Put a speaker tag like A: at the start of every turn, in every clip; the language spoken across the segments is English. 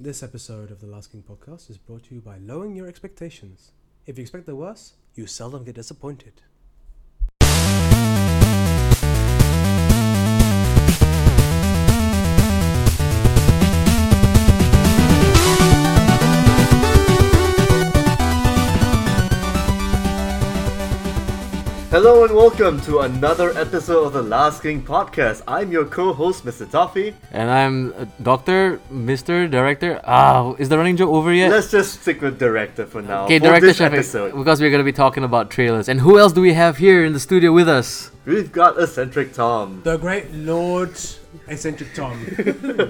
A: This episode of the Last King podcast is brought to you by lowering your expectations. If you expect the worst, you seldom get disappointed.
B: Hello and welcome to another episode of the Last King podcast. I'm your co-host, Mr. Toffee.
C: And I'm uh, Doctor, Mr. Director. Ah, is the running joke over yet?
B: Let's just stick with director for now.
C: okay,
B: for
C: Director
B: this
C: Shafiq,
B: episode,
C: because we're gonna be talking about trailers. And who else do we have here in the studio with us?
B: we've got eccentric Tom.
A: The great Lord Eccentric Tom.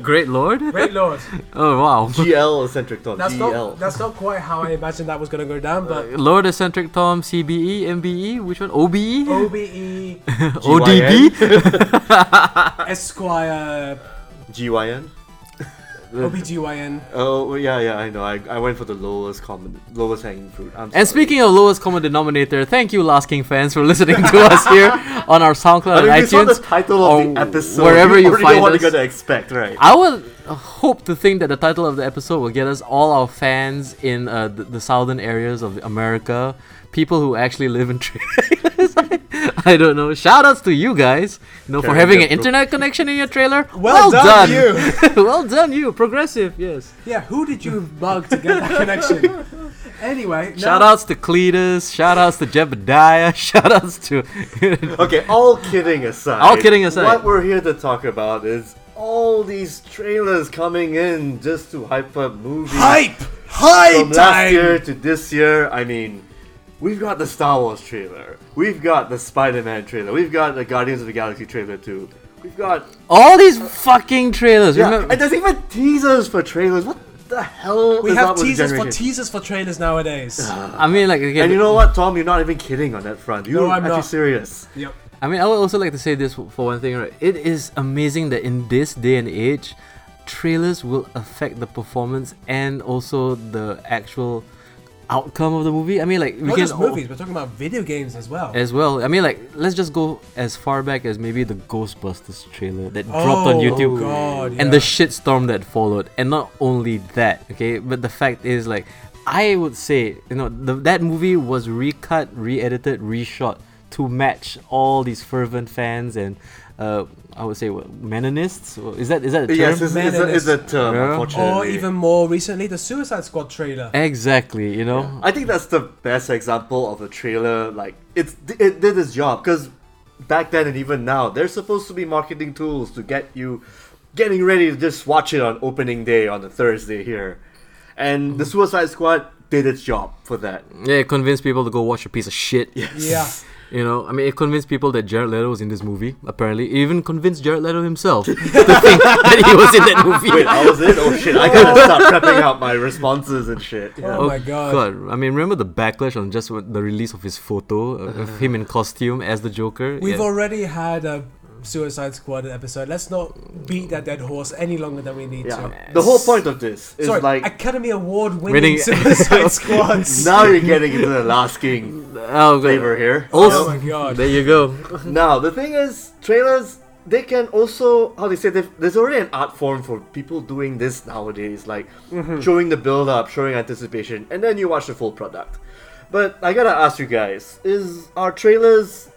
C: Great Lord.
A: Great Lord.
C: Oh wow.
B: GL eccentric Tom.
A: That's not
B: GL.
A: that's not quite how I imagined that was gonna go down, but
C: Lord eccentric Tom, E, CBE, MBE, which one? E? OBE,
B: E.
A: OBE
C: ODB,
A: Esquire
B: GYN.
A: OBGYN.
B: Oh yeah, yeah, I know. I, I went for the lowest common, lowest hanging fruit. I'm sorry.
C: and speaking of lowest common denominator, thank you, Last King fans, for listening to us here on our
B: I
C: SoundCloud
B: mean,
C: and
B: you saw the
C: iTunes.
B: title of the
C: or
B: episode.
C: wherever you
B: already know
C: find
B: what
C: us.
B: you're gonna expect, right?
C: I would hope to think that the title of the episode will get us all our fans in uh, the, the southern areas of America, people who actually live in trailers. I, I don't know. Shout outs to you guys, you know, for
B: Carrying
C: having
B: the
C: an
B: pro-
C: internet connection in your trailer.
A: Well done,
C: you. well done you, progressive. Yes.
A: Yeah, who did you bug to get that connection? Anyway, no,
C: Shout outs to Cletus. Shout outs to Jebediah. Shout outs to.
B: Okay, all kidding aside.
C: All kidding aside.
B: What we're here to talk about is all these trailers coming in just to hype up movies.
A: hype, hype
B: From last year to this year, I mean, we've got the Star Wars trailer. We've got the Spider Man trailer. We've got the Guardians of the Galaxy trailer too. We've got.
C: all these fucking trailers.
B: Yeah,
C: Remember-
B: and there's even teasers for trailers. What the hell
A: We
B: is
A: have
B: up with the
A: teasers for
B: generation? Ah.
A: teasers for trailers nowadays.
C: I mean, like, okay,
B: And you know what, Tom? You're not even kidding on that front. You're
A: No, I'm
B: actually
A: not.
B: serious.
A: yep.
C: I mean, I would also like to say this for for one thing, right? It is amazing that in this day and age, trailers will affect the performance and also the actual outcome of the movie. I mean, like we
A: Not
C: can
A: just
C: all-
A: movies, we're talking about video games as well.
C: as well. I mean, like let's just go as far back as maybe the Ghostbusters trailer that dropped on
A: Oh,
C: YouTube
A: God,
C: and the
A: yeah.
C: shitstorm that followed. And not only that, okay, but the fact is, like, I would say, you know, the, that movie was recut, re-edited, reshot to match all these fervent fans and, uh, I would say, what, Mennonists? Is that is that a term?
B: Yes, it's, it's, a, it's a term,
C: Yeah.
B: unfortunately.
A: or even more recently, the Suicide Squad trailer.
C: exactly. You know,
B: I think that's the best example of a trailer. Like it's it did its job because back then and even now, they're supposed to be marketing tools to get you getting ready to just watch it on opening day on a Thursday here, and the Suicide Squad did its job for that.
C: yeah, it convinced people to go watch a piece of shit.
A: Yeah. Oh
C: You know, I mean, it convinced people that Jared Leto was in this movie. Apparently, it even convinced Jared Leto himself to think that he was in that movie.
B: Wait, I was it? Oh shit! I gotta start prepping out my responses and shit.
A: Oh, my god.
C: I mean, remember the backlash on just what- the release of his photo
B: Uh-huh.
C: of of him in costume as the Joker?
A: We've
C: Yeah.
A: already had a Suicide Squad episode. Let's not beat that dead horse any longer than we need
B: Yeah.
A: to.
B: The whole point of this is
A: Sorry,
B: like
A: Academy Award winning
C: Winning-
A: Suicide Squads.
B: now you're getting into the Last King
C: oh, God.
B: flavor here.
A: Oh
C: Also,
A: my god.
C: there you go.
B: Now the thing is, trailers they can also how they say they've- there's already an art form for people doing this nowadays, like
C: Mm-hmm.
B: showing the build up, showing anticipation, and then you watch the full product. But I gotta ask you guys: Is our trailers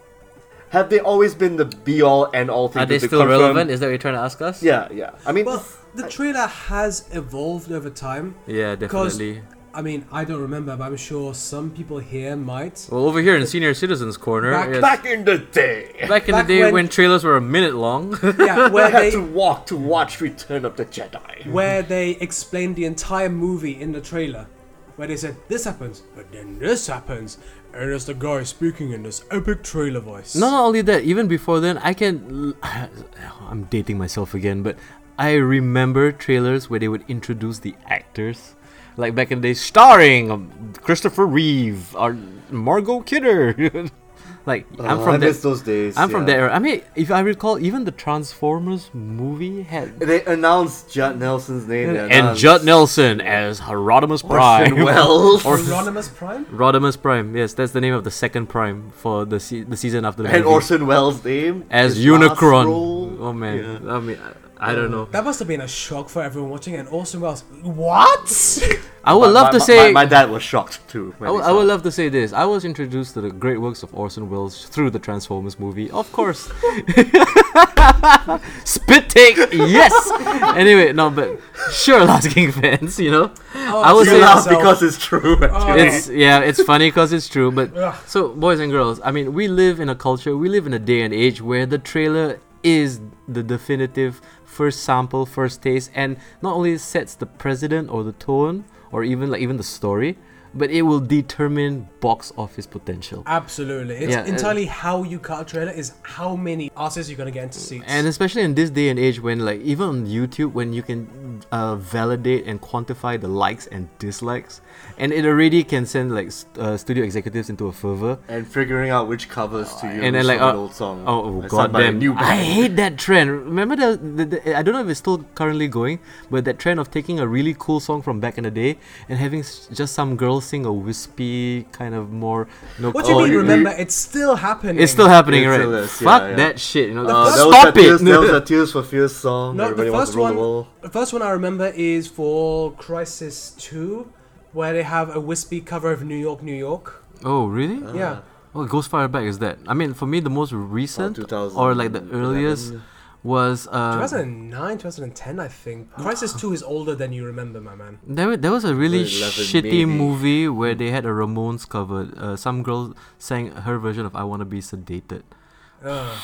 B: have they always been the be all and all thing?
C: Are
B: to
C: they
B: be
C: still
B: confirmed?
C: relevant? Is that what you're trying to ask us?
B: Yeah, yeah. I mean,
A: Well, the trailer has evolved over time.
C: Yeah,
A: Because-
C: definitely.
A: I mean, I don't remember, but I'm sure some people here might.
C: Well, over here in Senior Citizens Corner,
A: Back-
C: yes,
B: back in the day,
C: back in
A: back
C: the day
A: when-
C: when, trailers were a minute long.
A: Yeah,
B: I
A: where
B: had
A: they
B: to walk to watch Return of the Jedi.
A: where they explained the entire movie in the trailer, where they said this happens, but then this happens, and it's the guy speaking in this epic trailer voice.
C: No, not only that, even before then, I can. I'm dating myself again, but I remember trailers where they would introduce the actors. Like back in the day, starring um, Christopher Reeve or Margot Kidder. like, I'm
B: Oh, I
C: from
B: miss
C: that.
B: those days.
C: I'm from
B: yeah.
C: that era. I mean, if I recall, even the Transformers movie had.
B: They announced Judd Nelson's name they
C: And
B: announced
C: Judd Nelson as Hieronymus
B: Orson
C: Prime.
B: Welles.
A: Hieronymus Prime?
C: Hieronymus Prime, yes, that's the name of the second Prime for the se- the season after the
B: And
C: movie.
B: Orson Welles' name
C: as
B: his last
C: Unicron.
B: role.
C: Oh man, I mean, I don't know.
A: That must have been a shock for everyone watching, and Orson Welles, what?
C: I
B: My-
C: would love
B: my-
C: to
B: my-
C: say.
B: my, my dad was shocked too. when
C: I would,
B: he
C: I
B: saw
C: would
B: it.
C: love to say this. I was introduced to the great works of Orson Welles through the Transformers movie, of course. Spit take, yes. Anyway, no, but sure, Last King fans, you know,
B: Oh,
C: I would
A: you
C: say Oh,
B: You laugh
A: so-
B: because it's true. Matthew.
C: it's yeah, it's funny because it's true. But
A: Ugh.
C: so, boys and girls, I mean, we live in a culture, we live in a day and age where the trailer is the definitive first sample, first taste, and not only sets the precedent or the tone or even like even the story, but it will determine box office potential.
A: Absolutely. It's
C: Yeah, uh,
A: entirely how you cut a trailer is how many artists you're gonna get into seats.
C: And especially in this day and age, when like even on YouTube, when you can uh, validate and quantify the likes and dislikes, and it already can send like st- uh, studio executives into a fervor.
B: and figuring out which covers to use
C: and then like
B: from
C: uh,
B: an old song.
C: Oh, oh
B: Like,
C: god
B: sung by a
C: damn!
B: new
C: I
B: band.
C: hate that trend. Remember the, the, the I don't know if it's still currently going, but that trend of taking a really cool song from back in the day and having s- just some girl sing a wispy kind of more no.
A: what do you
B: Oh,
A: mean?
B: you-
A: remember, it's still happening.
C: It's still happening,
B: It's
C: right?
B: still is, yeah,
C: Fuck
B: yeah.
C: that shit. You know,
B: Uh, that was
C: stop
B: that Tears,
C: it.
B: that was a Tears for Fears song.
A: No,
B: Everybody
A: the
B: wants
A: first
B: to rule
A: one.
B: the world.
A: The first one I remember is for Crisis Two, where they have a wispy cover of New York, New York.
C: oh really?
B: Ah. Uh,
A: yeah.
C: Oh, Ghostfire Back is that? I mean, for me, the most recent
B: 2000,
C: or like the earliest was uh,
A: 2009, 2010, I think. Crisis 2 is older than you remember, my man.
C: There, wa- there was a really
B: 2011
C: shitty
B: maybe.
C: movie where they had a Ramones cover. Uh, some girl sang her version of "I Wanna Be Sedated."
A: Ugh.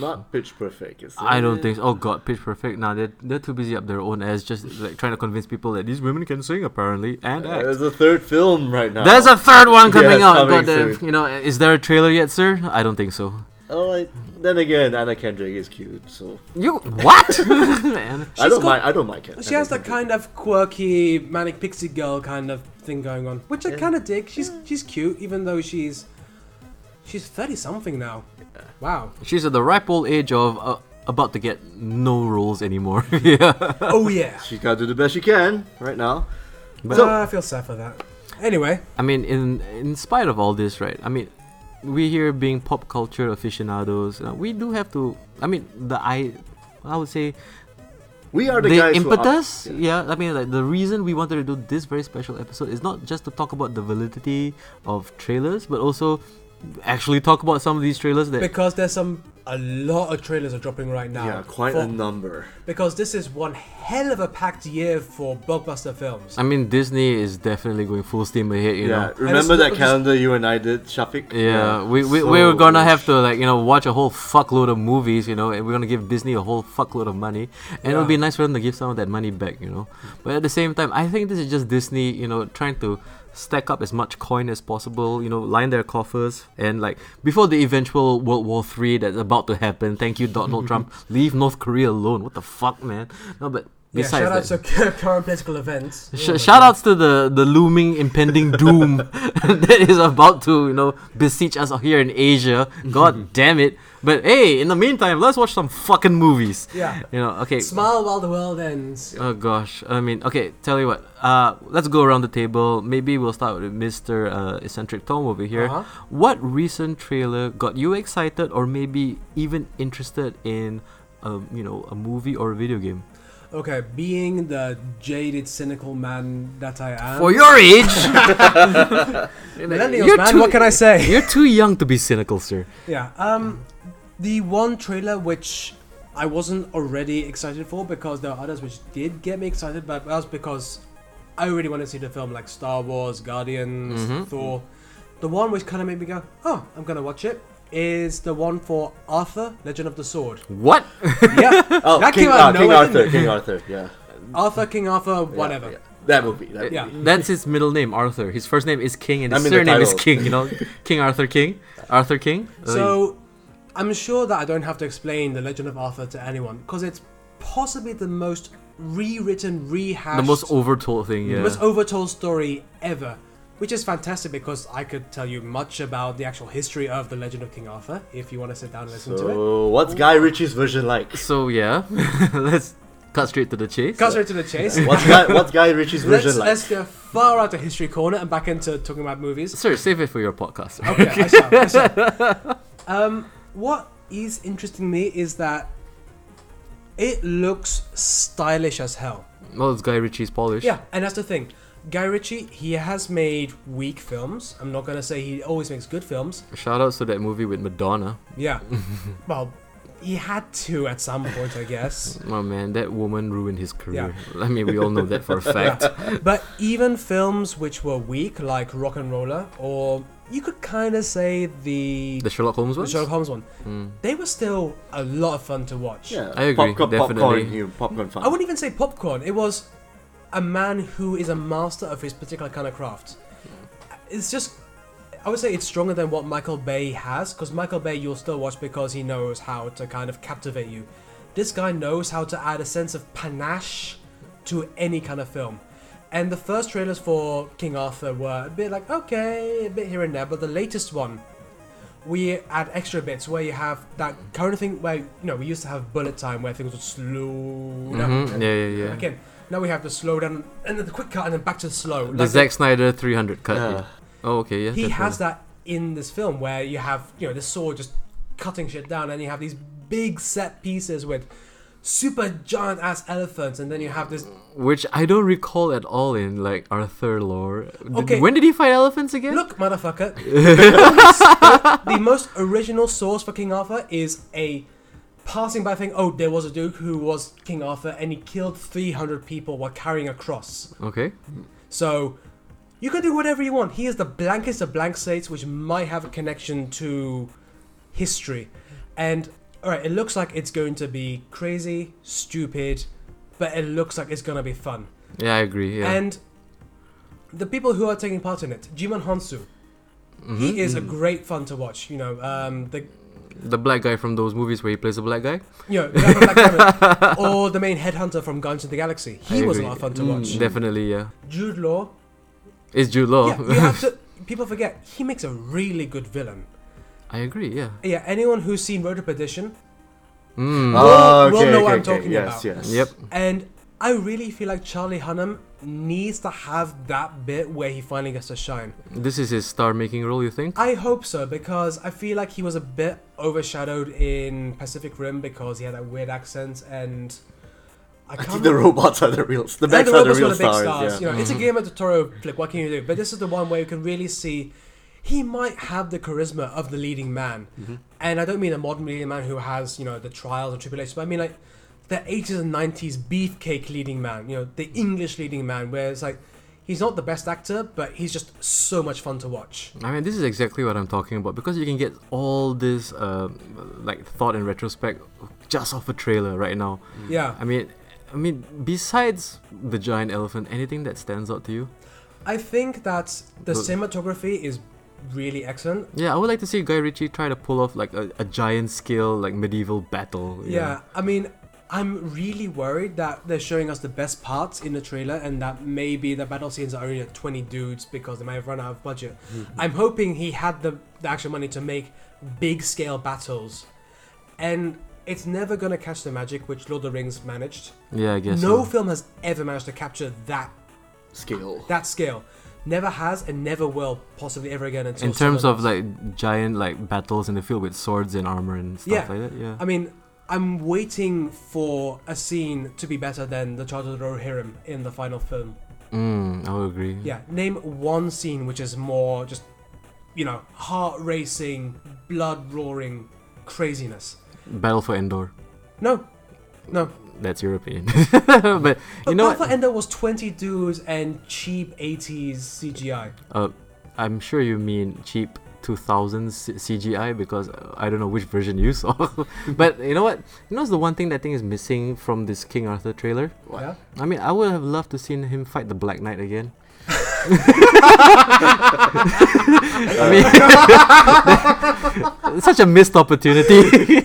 B: Not Pitch Perfect. Is
C: I don't
B: it?
C: think. Oh God, Pitch Perfect. Now they're they're too busy up their own ass, just like trying to convince people that these women can sing apparently and
B: Uh,
C: act.
B: There's a third film right now.
C: There's a third one
B: Yeah,
C: coming
B: it's
C: out.
B: coming
C: God damn,
B: soon.
C: you know, is there a trailer yet, sir? I don't think so.
B: Oh, like, then again, Anna Kendrick is cute, so
C: You what? Man.
B: I don't
A: got-
B: mind. I don't mind. Ken-
A: She has that kind of quirky manic pixie girl kind of thing going on, which I kind of dig. She's she's cute, even though she's she's thirty something now. Wow.
C: She's at the ripe old age of uh, about to get no roles anymore. yeah.
A: Oh yeah.
B: She's got to do the best she can right now. So-
A: Ah, I feel sad for that. Anyway,
C: I mean, in in spite of all this, right? I mean, we here being pop culture aficionados, uh, we do have to. I mean, the I, I would say
B: We are the,
C: the,
B: guys who are-
C: impetus. yeah. I mean, like the reason we wanted to do this very special episode is not just to talk about the validity of trailers, but also actually talk about some of these trailers that.
A: because there's some a lot of trailers are dropping right now.
B: yeah, quite
A: for-
B: a number.
A: Because this is one hell of a packed year for blockbuster films.
C: I mean, Disney is definitely going full steam ahead. You
B: yeah,
C: know.
B: remember
A: it's-
B: that
A: it's-
B: calendar you and I did, Shafiq?
C: Yeah, we, we, we
B: So
C: were gonna have
B: much.
C: to like you know watch a whole fuckload of movies, you know, and we're gonna give Disney a whole fuckload of money, and it'll be
A: Yeah.
C: nice for them to give some of that money back, you know. But at the same time, I think this is just Disney, you know, trying to stack up as much coin as possible, you know, line their coffers, and like before the eventual World War Three that's about to happen. Thank you, Donald Trump. Leave North Korea alone. What the fuck, man? No, but
A: yeah,
C: besides
A: shout out
C: that-
A: to current political events.
C: Sh-
A: Oh my
C: shout outs to the, the looming impending doom that is about to you know besiege us here in Asia. God damn it! But hey, in the meantime, let's watch some fucking movies.
A: Yeah.
C: You know, okay.
A: Smile while the world ends.
C: Oh gosh, I mean, okay. Tell you what, uh, let's go around the table. Maybe we'll start with Mister uh, Eccentric Tom over here.
A: Uh-huh.
C: What recent trailer got you excited, or maybe even interested in, um, you know, a movie or a video game?
A: Okay, being the jaded, cynical man that I am.
C: For your age,
A: millennials,
C: you're
A: man,
C: too-
A: what can I say?
C: you're too young to be cynical, sir.
A: yeah. Um, the one trailer which I wasn't already excited for because there are others which did get me excited, but that was because I already wanted to see the film like Star Wars, Guardians,
C: Mm-hmm.
A: Thor. The one which kind of made me go, "Oh, I'm gonna watch it." Is the one for Arthur, Legend of the Sword.
C: What?
A: Yeah,
B: Oh,
A: that
B: King,
A: came out
B: uh,
A: of nowhere,
B: King
A: didn't
B: Arthur. King Arthur. Yeah.
A: Arthur, King Arthur,
B: Yeah,
A: whatever.
B: yeah. That movie. That
A: Yeah.
B: movie.
C: That's his middle name, Arthur. His first name is King, and his
B: I mean the
C: surname is
B: title.
C: King. You know, King Arthur King, Arthur King. Oy.
A: So, I'm sure that I don't have to explain the Legend of Arthur to anyone because it's possibly the most rewritten, rehashed,
C: the most overtold thing.
A: the
C: Yeah.
A: most overtold story ever, which is fantastic because I could tell you much about the actual history of the Legend of King Arthur if you want to sit down and listen to it.
B: So, what's Guy Ritchie's version like?
C: so yeah, let's cut straight to the chase.
A: Cut straight to the chase.
B: What's Guy, what's Guy Ritchie's
A: Let's,
B: version like?
A: let's go far out of history corner and back into talking about movies.
C: Sir, save it for your podcast. sir.
A: Okay, I saw, I saw. Um, what is interesting me is that It looks stylish as hell.
C: Well, it's Guy Ritchie's polish.
A: Yeah, and that's the thing. Guy Ritchie, he has made weak films. I'm not gonna say he always makes good films.
C: Shout outs to that movie with Madonna.
A: Yeah. well, he had to at some point, I guess.
C: Oh man, that woman ruined his career. I mean, we all know that for a fact.
A: But even films which were weak, like Rock and Roller, or you could kind of say the,
C: The Sherlock Holmes
A: the
C: one.
A: Sherlock Holmes one, they were still a lot of fun to watch.
B: Yeah,
C: I agree,
B: Popcorn,
C: definitely.
B: popcorn, you popcorn fun.
A: I wouldn't even say popcorn. It was a man who is a master of his particular kind of craft. It's just, I would say it's stronger than what Michael Bay has, because Michael Bay you'll still watch because he knows how to kind of captivate you. This guy knows how to add a sense of panache to any kind of film. And the first trailers for King Arthur were a bit like, okay, a bit here and there, but the latest one, we add extra bits where you have that current thing where, you know, we used to have bullet time where things would slow down.
C: Mhm, Yeah, yeah, yeah.
A: Again, now we have the slow down and then the quick cut and then back to the slow.
C: The
A: Like,
C: Zack Snyder 300 cut.
B: Yeah.
C: yeah. Oh, okay, yeah.
A: he
C: definitely.
A: has that in this film where you have, you know, the sword just cutting shit down and you have these big set pieces with super giant ass elephants and then you have this
C: Which I don't recall at all in like Arthur lore. Did-
A: Okay.
C: When did he fight elephants again?
A: look motherfucker the, the most original source for king arthur is a passing by thing oh there was a duke who was king arthur and he killed 300 people while carrying a cross
C: Okay.
A: So you can do whatever you want. He is the blankest of blank slates, which might have a connection to history. And all right, it looks like it's going to be crazy, stupid, but it looks like it's going to be fun.
C: Yeah, I agree. Yeah.
A: And the people who are taking part in it, Jimon Honsu,
C: Mm-hmm.
A: he is a
C: Mm.
A: great fun to watch. You know, um, the
C: the black guy from those movies where he plays a black guy.
A: you know, the guy from Black Panther, or the main headhunter from Guns of the Galaxy. He
C: I
A: was a
C: agree.
A: lot of fun to
C: Mm, Oh.
A: watch.
C: Definitely, yeah.
A: Jude Law,
C: It's Jude Law.
A: yeah, you have to. People forget he makes a really good villain.
C: I agree. Yeah.
A: Yeah, anyone who's seen Road to Perdition,
C: Mm.
B: Oh,
A: We'll- we'll
B: okay,
A: know
B: okay,
A: what I'm
B: okay.
A: talking about.
B: yes, Yes,
C: Yep.
A: and I really feel like Charlie Hunnam needs to have that bit where he finally gets to shine.
C: This is his star-making role. You think?
A: I hope so because I feel like he was a bit overshadowed in Pacific Rim because he had that weird accent and I
B: I
A: can't.
B: think the robots are the real. The
A: and
B: backs
A: the
B: are the
A: robots were
B: real
A: the big
B: stars.
A: stars.
B: yeah. Mm-hmm.
A: You know, it's a game of tutorial flick. What can you do? But this is the one where you can really see he might have the charisma of the leading man,
B: Mm-hmm.
A: and I don't mean a modern leading man who has you know the trials and tribulations. But I mean like the eighties and nineties beefcake leading man. You know, the English leading man, where it's like he's not the best actor, but he's just so much fun to watch.
C: I mean, this is exactly what I'm talking about because you can get all this, uh, like, thought in retrospect just off a trailer right now.
B: Mm.
A: Yeah,
C: I mean, I mean, besides the giant elephant, anything that stands out to you?
A: I think that the
C: Look.
A: cinematography is really excellent.
C: Yeah, I would like to see Guy Ritchie try to pull off like a, a giant scale like medieval battle. you
A: Yeah,
C: know.
A: I mean, I'm really worried that they're showing us the best parts in the trailer and that maybe the battle scenes are only at 20 dudes because they might have run out of budget.
C: Mm-hmm.
A: I'm hoping he had the, the actual money to make big scale battles. And it's never going to catch the magic which Lord of the Rings managed.
C: Yeah, I guess.
A: no
C: so.
A: film has ever managed to capture that
B: Scale.
A: that scale. Never has and never will possibly ever again until
C: In terms
A: someone
C: of like giant like battles in the field with swords and armor and stuff
A: Yeah.
C: like that. Yeah.
A: I mean, I'm waiting for a scene to be better than the Charter of the Rohirrim in the final film.
C: Mm, I would agree.
A: Yeah, name one scene which is more just, you know, heart racing, blood roaring craziness.
C: Battle for Endor.
A: No, no.
C: That's your opinion. but
A: But
C: you know,
A: Battle for
C: what?
A: Ender was 20 dudes and cheap 80s CGI.
C: Uh, I'm sure you mean cheap 2000s C- CGI because uh, I don't know which version you saw. but you know what? You know what's the one thing that I think is missing from this King Arthur trailer?
A: Yeah?
C: I mean, I would have loved to seen him fight the Black Knight again. I mean, such a missed opportunity,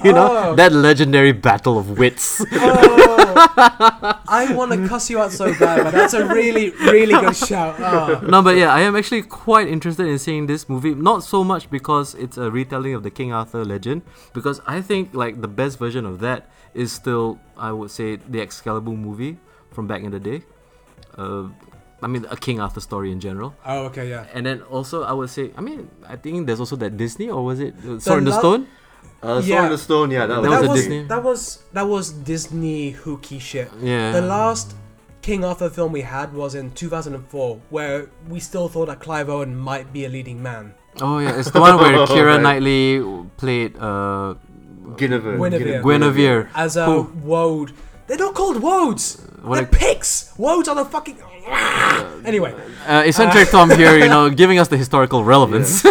C: you know?
A: Oh.
C: That legendary battle of wits.
A: Oh, I want to cuss you out so bad, but that's a really, really good shout. Ah.
C: no, but yeah, I am actually quite interested in seeing this movie. Not so much because it's a retelling of the King Arthur legend, because I think like the best version of that is still, I would say, the Excalibur movie from back in the day. Uh, I mean, a King Arthur story in general.
A: Oh, okay, yeah.
C: And then also, I would say, I mean, I think there's also that Disney, or was it uh, Sword in the
A: la-
C: Stone?
B: Uh, Sword
A: Yeah.
B: in the Stone, yeah, that,
C: That
B: was,
A: that
C: a
A: was
C: Disney-
A: that was that was Disney hooky shit.
C: Yeah.
A: The last King Arthur film we had was in 2004, where we still thought that Clive Owen might be a leading man.
C: Oh yeah, it's the one where Kira
B: Right.
C: Knightley played uh,
B: Guinevere.
A: Guinevere.
B: Guine-
C: Guinevere.
A: As a
C: Who- Uh,
A: Woad. They're not called Woads!
C: what
A: They're
C: a-
A: pigs! Woads are the fucking. anyway,
C: Uh, eccentric Tom here, you know, giving us the historical relevance.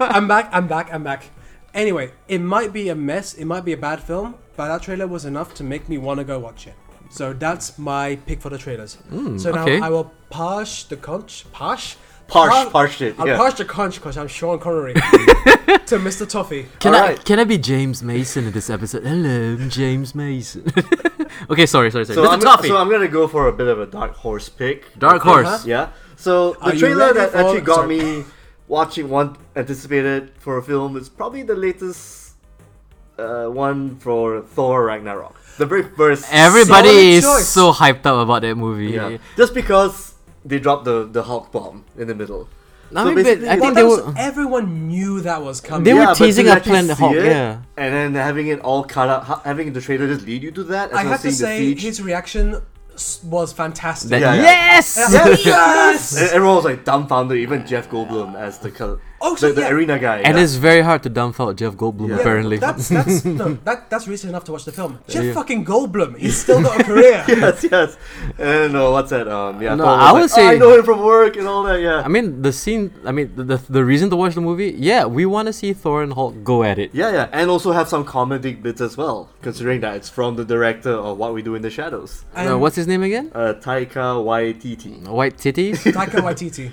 A: I'm back, I'm back, I'm back. Anyway, it might be a mess, it might be a bad film, but that trailer was enough to make me want to go watch it. So that's my pick for the trailers. so now
C: Mm, okay.
A: I will parsh the conch. Parsh?
B: Parsh,
A: Par-
B: parsh it,
A: I'll
B: yeah.
A: parsh the conch because I'm Sean Connery. to Mr. Toffee.
C: Can I
B: Alright.
C: can I be James Mason in this episode? Hello, I'm James Mason. okay, sorry, sorry, sorry.
B: So
C: Mr.
B: I'm,
C: Toffee.
B: so I'm gonna go for a bit of a dark horse pick.
C: Dark
B: Okay.
C: Horse.
B: Yeah. So the
A: Are you
B: trailer
A: ready
B: that
A: for-
B: actually got
A: sorry.
B: me watching one anticipated for a film is probably the latest uh, one for Thor Ragnarok. The very first.
C: Everybody
A: Solid
C: is
A: choice.
C: so hyped up about that movie.
B: Yeah. Just because they dropped the the Hulk bomb in the middle.
C: I
B: So
C: mean, but
B: basically-
C: I
A: Well,
C: think
A: that
C: they
A: was,
C: were.
A: everyone knew that was coming.
C: They were
B: but to
C: teasing a
B: actually
C: planned
B: see
C: Hulk,
B: it,
C: yeah.
B: And then having it all cut out, ha- having the trailer just lead you to that. As
A: I
B: well
A: have
B: as
A: to
B: seeing the
A: say,
B: siege.
A: his reaction s- was fantastic.
C: That,
B: Yeah, yeah.
C: Yes.
A: Yes! Yes!
B: And E-, everyone was like dumbfounded, even Jeff Goldblum as the col-
A: Oh, so
B: the, the
A: yeah.
B: arena guy.
C: And
B: yeah.
C: it's very hard to dumbfound Jeff Goldblum
B: Yeah.
A: Yeah,
C: apparently.
A: That's that's no, that, that's reason enough to watch the film. Jeff fucking Goldblum, he's still got a career.
B: yes, yes. And uh, what's that? Um, yeah.
C: No,
B: Paul
C: I
B: was
C: would
B: like, "Oh,
C: say-
B: I know him from work and all that. Yeah.
C: I mean, the scene. I mean, the, the the reason to watch the movie. Yeah, we want to see Thor and Hulk go at it.
B: yeah, yeah, and also have some comedy bits as well, considering that it's from the director of What We Do in the Shadows,
A: And
C: Uh, what's his name again?
B: uh, Taika Waititi.
C: White titties.
A: Taika Waititi?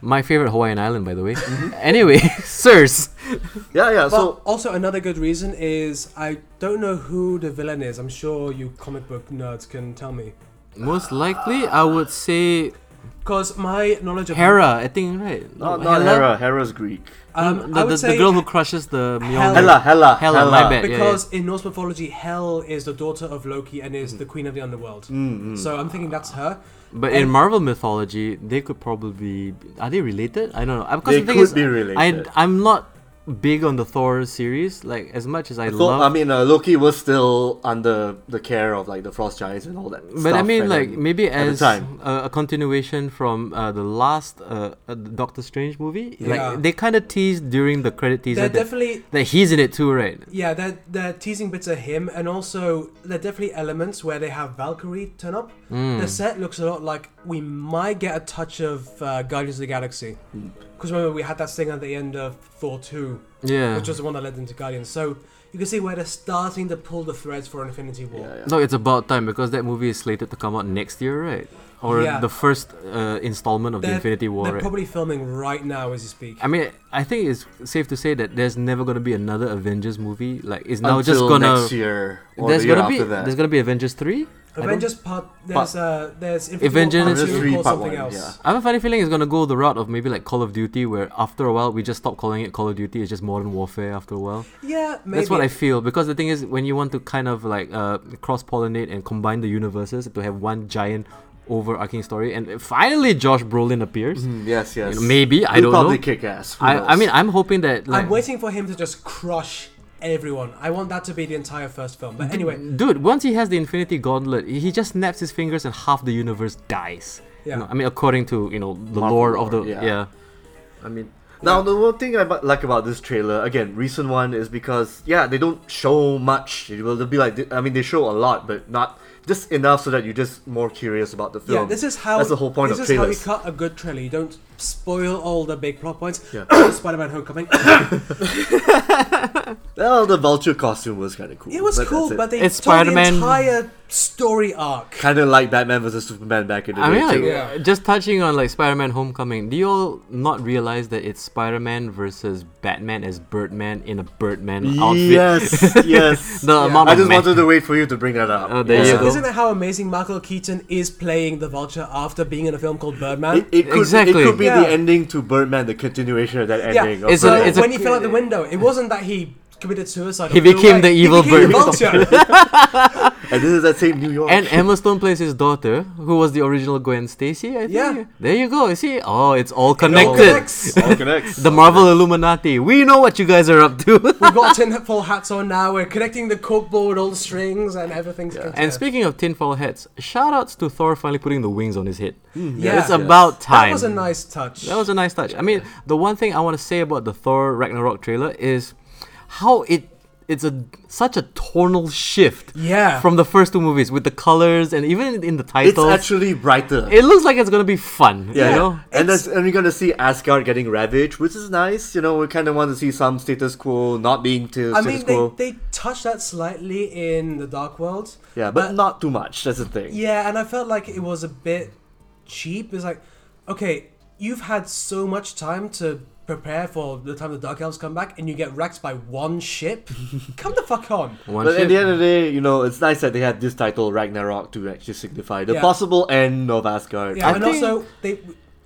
C: My favorite Hawaiian island, by the way.
B: Mm-hmm.
C: anyway, sirs.
B: Yeah, yeah.
A: But
B: So
A: also another good reason is I don't know who the villain is. I'm sure you comic book nerds can tell me.
C: Most likely, I would say
A: Because my knowledge of
C: Hera. I think right.
B: not, not Hera. Hera's Greek.
A: um,
C: the,
A: I would
C: the,
A: say
C: the girl who crushes the Mjolnir.
B: Hela, Hela,
C: Hela, my bad. Yeah, yeah.
A: because in Norse mythology, Hel is the daughter of Loki and is the queen of the underworld. So I'm thinking that's her.
C: But in Marvel mythology, they could probably be, are they related? I don't know. Uh, Because
B: They
C: the thing
B: could
C: is,
B: be related.
C: I I'm not big on the Thor series. Like as much as I
B: So
C: love,
B: I mean, uh, Loki was still under the care of like the frost giants and all that.
C: but I
B: stuff
C: mean
B: back
C: like
B: then.
C: maybe
B: at the
C: as a,
B: time.
C: a continuation from uh, the last uh, uh, Doctor Strange movie.
A: Yeah.
C: Like they kind of teased during the credit teaser
A: They're
C: that,
A: definitely
C: that he's in it too, right?
A: Yeah, they're, they're teasing bits of him, and also there are definitely elements where they have Valkyrie turn up.
C: Mm, Hmm.
A: The set looks a lot like we might get a touch of uh, Guardians of the Galaxy.
C: Hmm.
A: Because remember, we had that thing at the end of Thor 2,
C: Yeah.
A: which was the one that led into Guardians. So you can see where they're starting to pull the threads for Infinity War.
B: Yeah, yeah.
C: No, it's about time because that movie is slated to come out next year, right? Or
A: Yeah.
C: the first uh, installment of the
A: They're-
C: Infinity War.
A: They're
C: right?
A: probably filming right now as you speak.
C: I mean, I think it's safe to say that there's never gonna be another Avengers movie. Like, it's now
B: Until
C: just gonna.
B: next year or
C: there's
B: the year
C: gonna be
B: after that.
C: there's gonna be Avengers three. I don't-
A: Avengers part there's uh there's Infinity War
C: Avengers
A: part
B: three,
A: two called
B: part
A: something
B: one,
A: else.
B: yeah.
C: I have a funny feeling it's gonna go the route of maybe like Call of Duty, where after a while we just stop calling it Call of Duty. It's just Modern Warfare after a while.
A: Yeah, maybe.
C: That's what I feel because the thing is, when you want to kind of like uh, cross pollinate and combine the universes to have one giant overarching story, and finally Josh Brolin appears.
B: Hmm, Yes, yes.
C: You know, Hmm, maybe, I
B: He'll
C: don't
B: probably
C: know.
B: kick ass. Mm-hmm. Who
C: I, I
B: knows?
C: mean, I'm hoping that like.
A: I'm waiting for him to just crush everyone. I want that to be the entire first film.
C: Mm.
A: But anyway,
C: Dude, once he has the Infinity Gauntlet, he he just snaps his fingers and half the universe dies. You
A: Yeah.
C: know, I mean, according to you know the
B: Marvel
C: lore of the
B: lore,
C: yeah.
B: yeah.
C: I mean,
B: Now the one thing I bu- like about this trailer, again, recent one, is because yeah, they don't show much. It will they'll be like, I mean, they show a lot, but not just enough so that you're just more curious about the film.
A: yeah, this is how
B: that's the whole point
A: this
B: of
A: is how you
B: trailers.
A: cut a good trailer. You don't spoil all the big plot points.
B: Yeah.
A: Spider-Man: Homecoming.
B: well, the vulture costume was kind of cool.
A: It was cool, but they
C: It's
A: told
C: Spider-Man.
A: the entire story arc.
B: kind of like Batman vs Superman back in the
C: I
B: day.
C: mean, like
B: too.
A: Yeah.
C: just touching on like Spider-Man: Homecoming. Do you all not realize that it's Spider-Man versus Batman as Birdman in a Birdman outfit?
B: yes, yes.
C: The amount
B: I
C: of
B: just
C: ma-
B: wanted to wait for you to bring that up.
C: Oh, there you
A: Isn't,
C: go.
A: isn't that how amazing Michael Keaton is playing the Vulture after being in a film called Birdman?
B: It, it could,
C: Exactly.
B: it could be
A: Yeah.
B: the ending to Birdman, the continuation of that
A: yeah,
B: ending. of
C: It's
A: so
C: a-
B: Birdman.
C: it's a-
A: when he fell out the window, it wasn't that he committed suicide.
C: He
A: or flew
C: became
A: away.
C: the
A: He
C: evil
A: became the
C: Birdman.
A: Vulture.
B: and this is that same New York.
C: And Emma Stone plays his daughter, who was the original Gwen Stacy. I think.
A: Yeah.
C: There you go. You see, oh, it's all
A: All
C: connected.
A: connects.
B: all connects.
C: the Marvel Illuminati. We know what you guys are up to.
A: We've got tinfoil hats on now. We're connecting the cork ball with all the strings and everything's yeah.
C: and speaking of tinfoil hats, shout outs to Thor finally putting the wings on his head.
A: yeah.
C: It's about time.
A: Mm, That was a nice touch.
C: That was a nice touch. I mean, the one thing I want to say about the Thor Ragnarok trailer is how it it's a such a tonal shift
A: Yeah.
C: from the first two movies with the colors and even in the
B: it's
C: title.
B: actually brighter.
C: it looks like it's gonna be fun.
B: yeah,
C: You know?
B: and that's, and we're gonna see Asgard getting ravaged, which is nice. You know, we kind of want to see some status quo not being to
A: I
B: status
A: mean,
B: quo.
A: they, they touched that slightly in the Dark World.
B: yeah, but not too much. That's the thing.
A: Yeah, and I felt like it was a bit cheap. It's like, okay, you've had so much time to prepare for the time the Dark Elves come back, and you get wrecked by one ship. come the fuck on.
C: One
B: But at
C: ship.
B: the end of the day, you know, it's nice that they had this title Ragnarok to actually signify the
A: Yeah.
B: possible end of Asgard.
A: Yeah,
C: I
A: and
C: think-
A: also they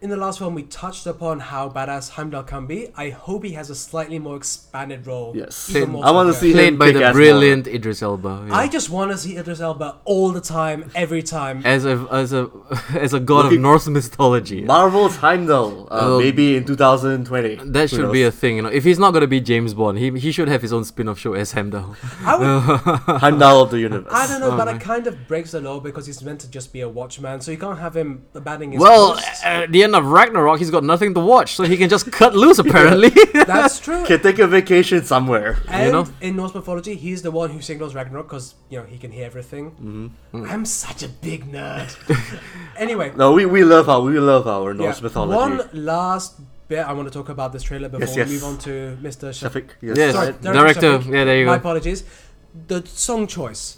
A: in the last one we touched upon how badass Heimdall can be. I hope he has a slightly more expanded role.
B: Yes.
A: even
C: Same.
A: more
B: I want to
A: so.
B: see him
C: Played by
B: kick
C: the
B: ass more.
C: brilliant Idris Elba. yeah.
A: I just want to see Idris Elba all the time, every time.
C: as a as a as a god
B: Looking-
C: of Norse mythology.
B: Marvel's Heimdall, uh,
C: Oh.
B: maybe in 2020.
C: That should be a thing, you know. If he's not gonna be James Bond, he he should have his own spin-off show as Heimdall.
A: I would,
B: Heimdall of the universe.
A: I don't know, but it kind of breaks the law because he's meant to just be a watchman, so you can't have him abandoning his.
C: Well,
A: post.
C: at the end of Ragnarok, he's got nothing to watch, so he can just cut loose. Apparently,
A: that's true.
B: Can take a vacation somewhere.
A: And
C: know?
A: in Norse mythology, he's the one who signals Ragnarok because you know he can hear everything.
C: Mm-hmm. Mm.
A: I'm such a big nerd. anyway,
B: No, we, we love our we love our Norse
A: Yeah.
B: mythology.
A: One last bit I want to talk about this trailer before
B: yes.
A: we move on to Mr. Shafiq.
B: Shafiq, yes.
C: Yes.
A: Sorry,
C: Right. Director,
A: Shafiq.
C: yeah, there you
A: My
C: go.
A: apologies. The song choice.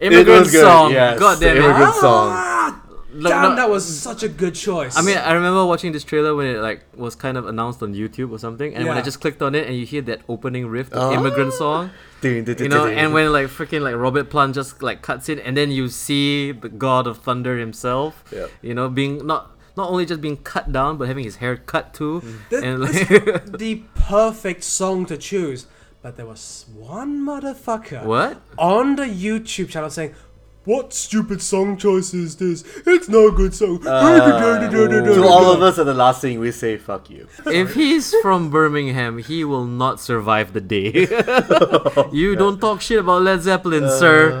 C: immigrant
B: was good,
C: song.
B: yes,
C: God damn it!
B: immigrant- Good song.
A: Ah,
C: Look,
A: damn,
C: no-
A: that was such a good choice.
C: I mean, I remember watching this trailer when it like was kind of announced on YouTube or something, and when I
A: Yeah.
C: just clicked on it, and you hear that opening riff, the
B: Ah.
C: immigrant song,
B: Ding, ding, ding,
C: you know,
B: ding,
C: and
B: ding.
C: when like freaking like Robert Plant just like cuts in, and then you see the God of Thunder himself,
B: Yep.
C: you know, being not not only just being cut down, but having his hair cut too,
A: Th-
C: and
A: this-
C: like,
A: the perfect song to choose. But there was one motherfucker
C: what?
A: on the YouTube channel saying, "What stupid song choice is this? It's no good song."
C: Uh,
B: to all of us at the last thing we say fuck you.
C: If he's from Birmingham, he will not survive the day. you don't talk shit about Led Zeppelin, sir.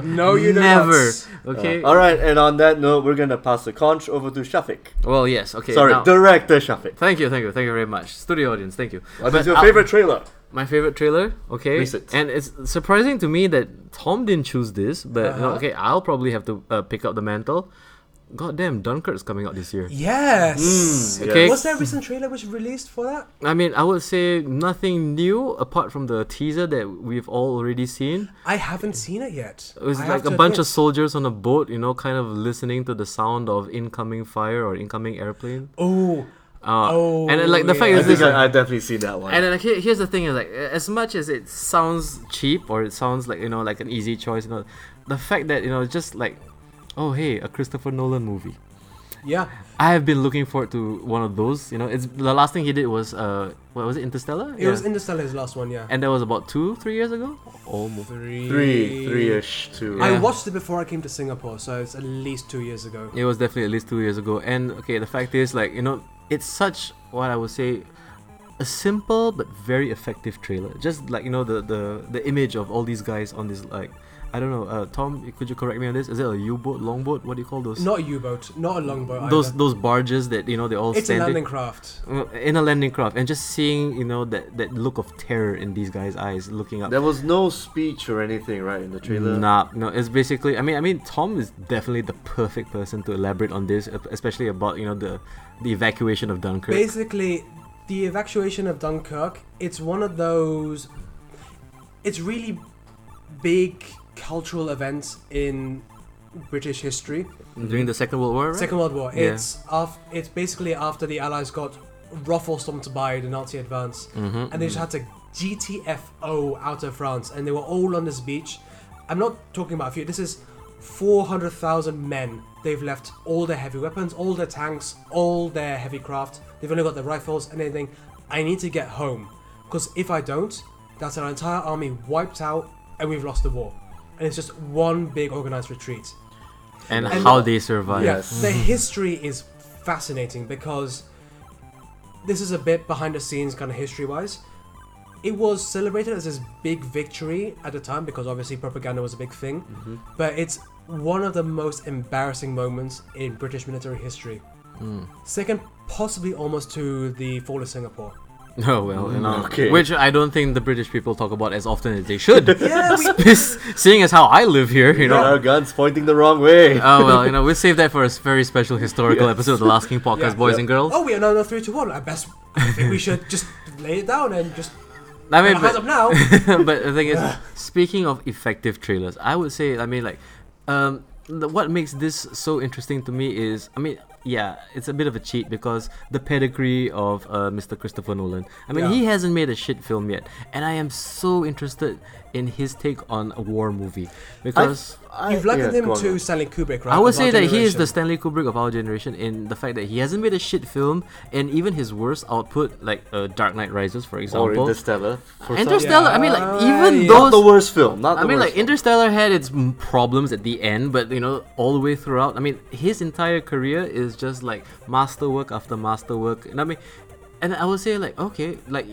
A: Uh, No, you do
C: never.
A: not. Uh,
C: Okay.
B: Uh, All right, and on that note, we're gonna pass the conch over to Shafiq.
C: Well, yes. Okay.
B: Sorry,
C: now-
B: director Shafiq.
C: thank you, thank you, thank you very much, studio audience. Thank you.
B: What
C: But
B: is your
C: I'll-
B: favorite trailer?
C: My favorite trailer. Okay.
B: Recent.
C: And it's surprising to me that Tom didn't choose this, but you know,
A: Uh-huh.
C: okay, I'll probably have to uh, pick up the mantle. Goddamn, Dunkirk's coming out this year.
A: Yes.
C: Hmm, okay.
A: Was there a recent trailer which released for that?
C: I mean, I would say nothing new apart from the teaser that we've all already seen.
A: I haven't seen it yet.
C: It was
A: I have
C: like
A: to
C: a bunch
A: admit.
C: of soldiers on a boat, you know, kind of listening to the sound of incoming fire or incoming airplane.
A: Oh,
C: Uh,
A: Oh,
C: and then, like the fact
A: yeah.
B: I
C: is, this, uh,
B: think I, I've definitely seen that one.
C: and then like, here, here's the thing: is like as much as it sounds cheap or it sounds like you know like an easy choice, you know, the fact that you know just like, oh hey, a Christopher Nolan movie.
A: yeah.
C: I have been looking forward to one of those. You know, it's the last thing he did was uh, what was it, Interstellar?
A: It was Interstellar's last one, yeah.
C: and that was about two, three years ago. Almost.
A: three,
B: three, three-ish, two.
A: I
C: Yeah.
A: watched it before I came to Singapore, so it's at least two years ago.
C: It was definitely at least two years ago. And okay, the fact is, like, you know, it's such what I would say a simple but very effective trailer. Just like, you know, the the, the image of all these guys on this, like, I don't know, uh, Tom, could you correct me on this? Is it a U boat, longboat? What do you call those?
A: Not a U-boat, not a longboat.
C: those
A: either.
C: those barges that, you know, they all
A: it's a
C: standing.
A: landing craft.
C: Uh, In a landing craft, and just seeing you know that, that look of terror in these guys' eyes, looking up.
B: There was no speech or anything, right, in the trailer?
C: Nah, no, it's basically. I mean, I mean, Tom is definitely the perfect person to elaborate on this, e- especially about you know the the evacuation of Dunkirk.
A: Basically, the evacuation of Dunkirk. It's one of those. It's really big cultural events in British history.
C: during the Second World War, right?
A: Second World War.
C: Oh, Yeah.
A: It's af- It's basically after the Allies got ruffled by the Nazi advance,
C: Mm-hmm,
A: and they just had to GTFO out of France, and they were all on this beach. I'm not talking about a few. This is 400,000 men. They've left all their heavy weapons, all their tanks, all their heavy craft. They've only got their rifles and anything. I need to get home because if I don't, that's our entire army wiped out, and we've lost the war. and it's just one big organized retreat.
C: and,
B: And-
C: how they survive.
A: Yeah,
B: Yes.
C: Mm.
A: the history is fascinating because this is a bit behind the scenes kind of history wise. It was celebrated as this big victory at the time because obviously propaganda was a big thing,
C: Mm-hmm.
A: but it's one of the most embarrassing moments in British military history.
C: Mm.
A: Second, possibly almost to the fall of Singapore.
C: Oh well, you know,
B: okay.
C: which I don't think the British people talk about as often as they should.
A: Yeah, we,
C: Seeing as how I live here, you know.
B: Our guns pointing the wrong way.
C: Oh well, you know, we'll save that for a s- very special historical episode of the Last King podcast,
A: Yeah.
C: boys
B: Yeah.
C: and girls.
A: oh, we are now no three to one. I best I think we should just lay it down and just put
C: I mean,
A: our hands
C: but-
A: up now.
C: but the thing is, speaking of effective trailers, I would say, I mean, like, um, the, what makes this so interesting to me is, I mean, yeah, it's a bit of a cheat because the pedigree of uh, Mr. Christopher Nolan. I mean,
A: Yeah.
C: he hasn't made a shit film yet, and I am so interested in his take on a war movie because.
B: I-
A: You've likened
B: yeah,
A: him
B: go on.
A: to Stanley Kubrick, right?
C: I would
A: Of our
C: say that he is
A: generation.
C: the Stanley Kubrick of our generation in the fact that he hasn't made a shit film, and even his worst output, like uh, Dark Knight Rises, for
B: or
C: example,
B: Interstellar. For some-
C: Interstellar. I mean, like even
A: Yeah.
B: Not
C: those
B: the worst film. Not
C: I
B: the
C: mean,
B: worst
C: like
B: film.
C: Interstellar had its m- problems at the end, but you know, all the way throughout. I mean, his entire career is just like masterwork after masterwork. And I mean, and I would say like, okay, like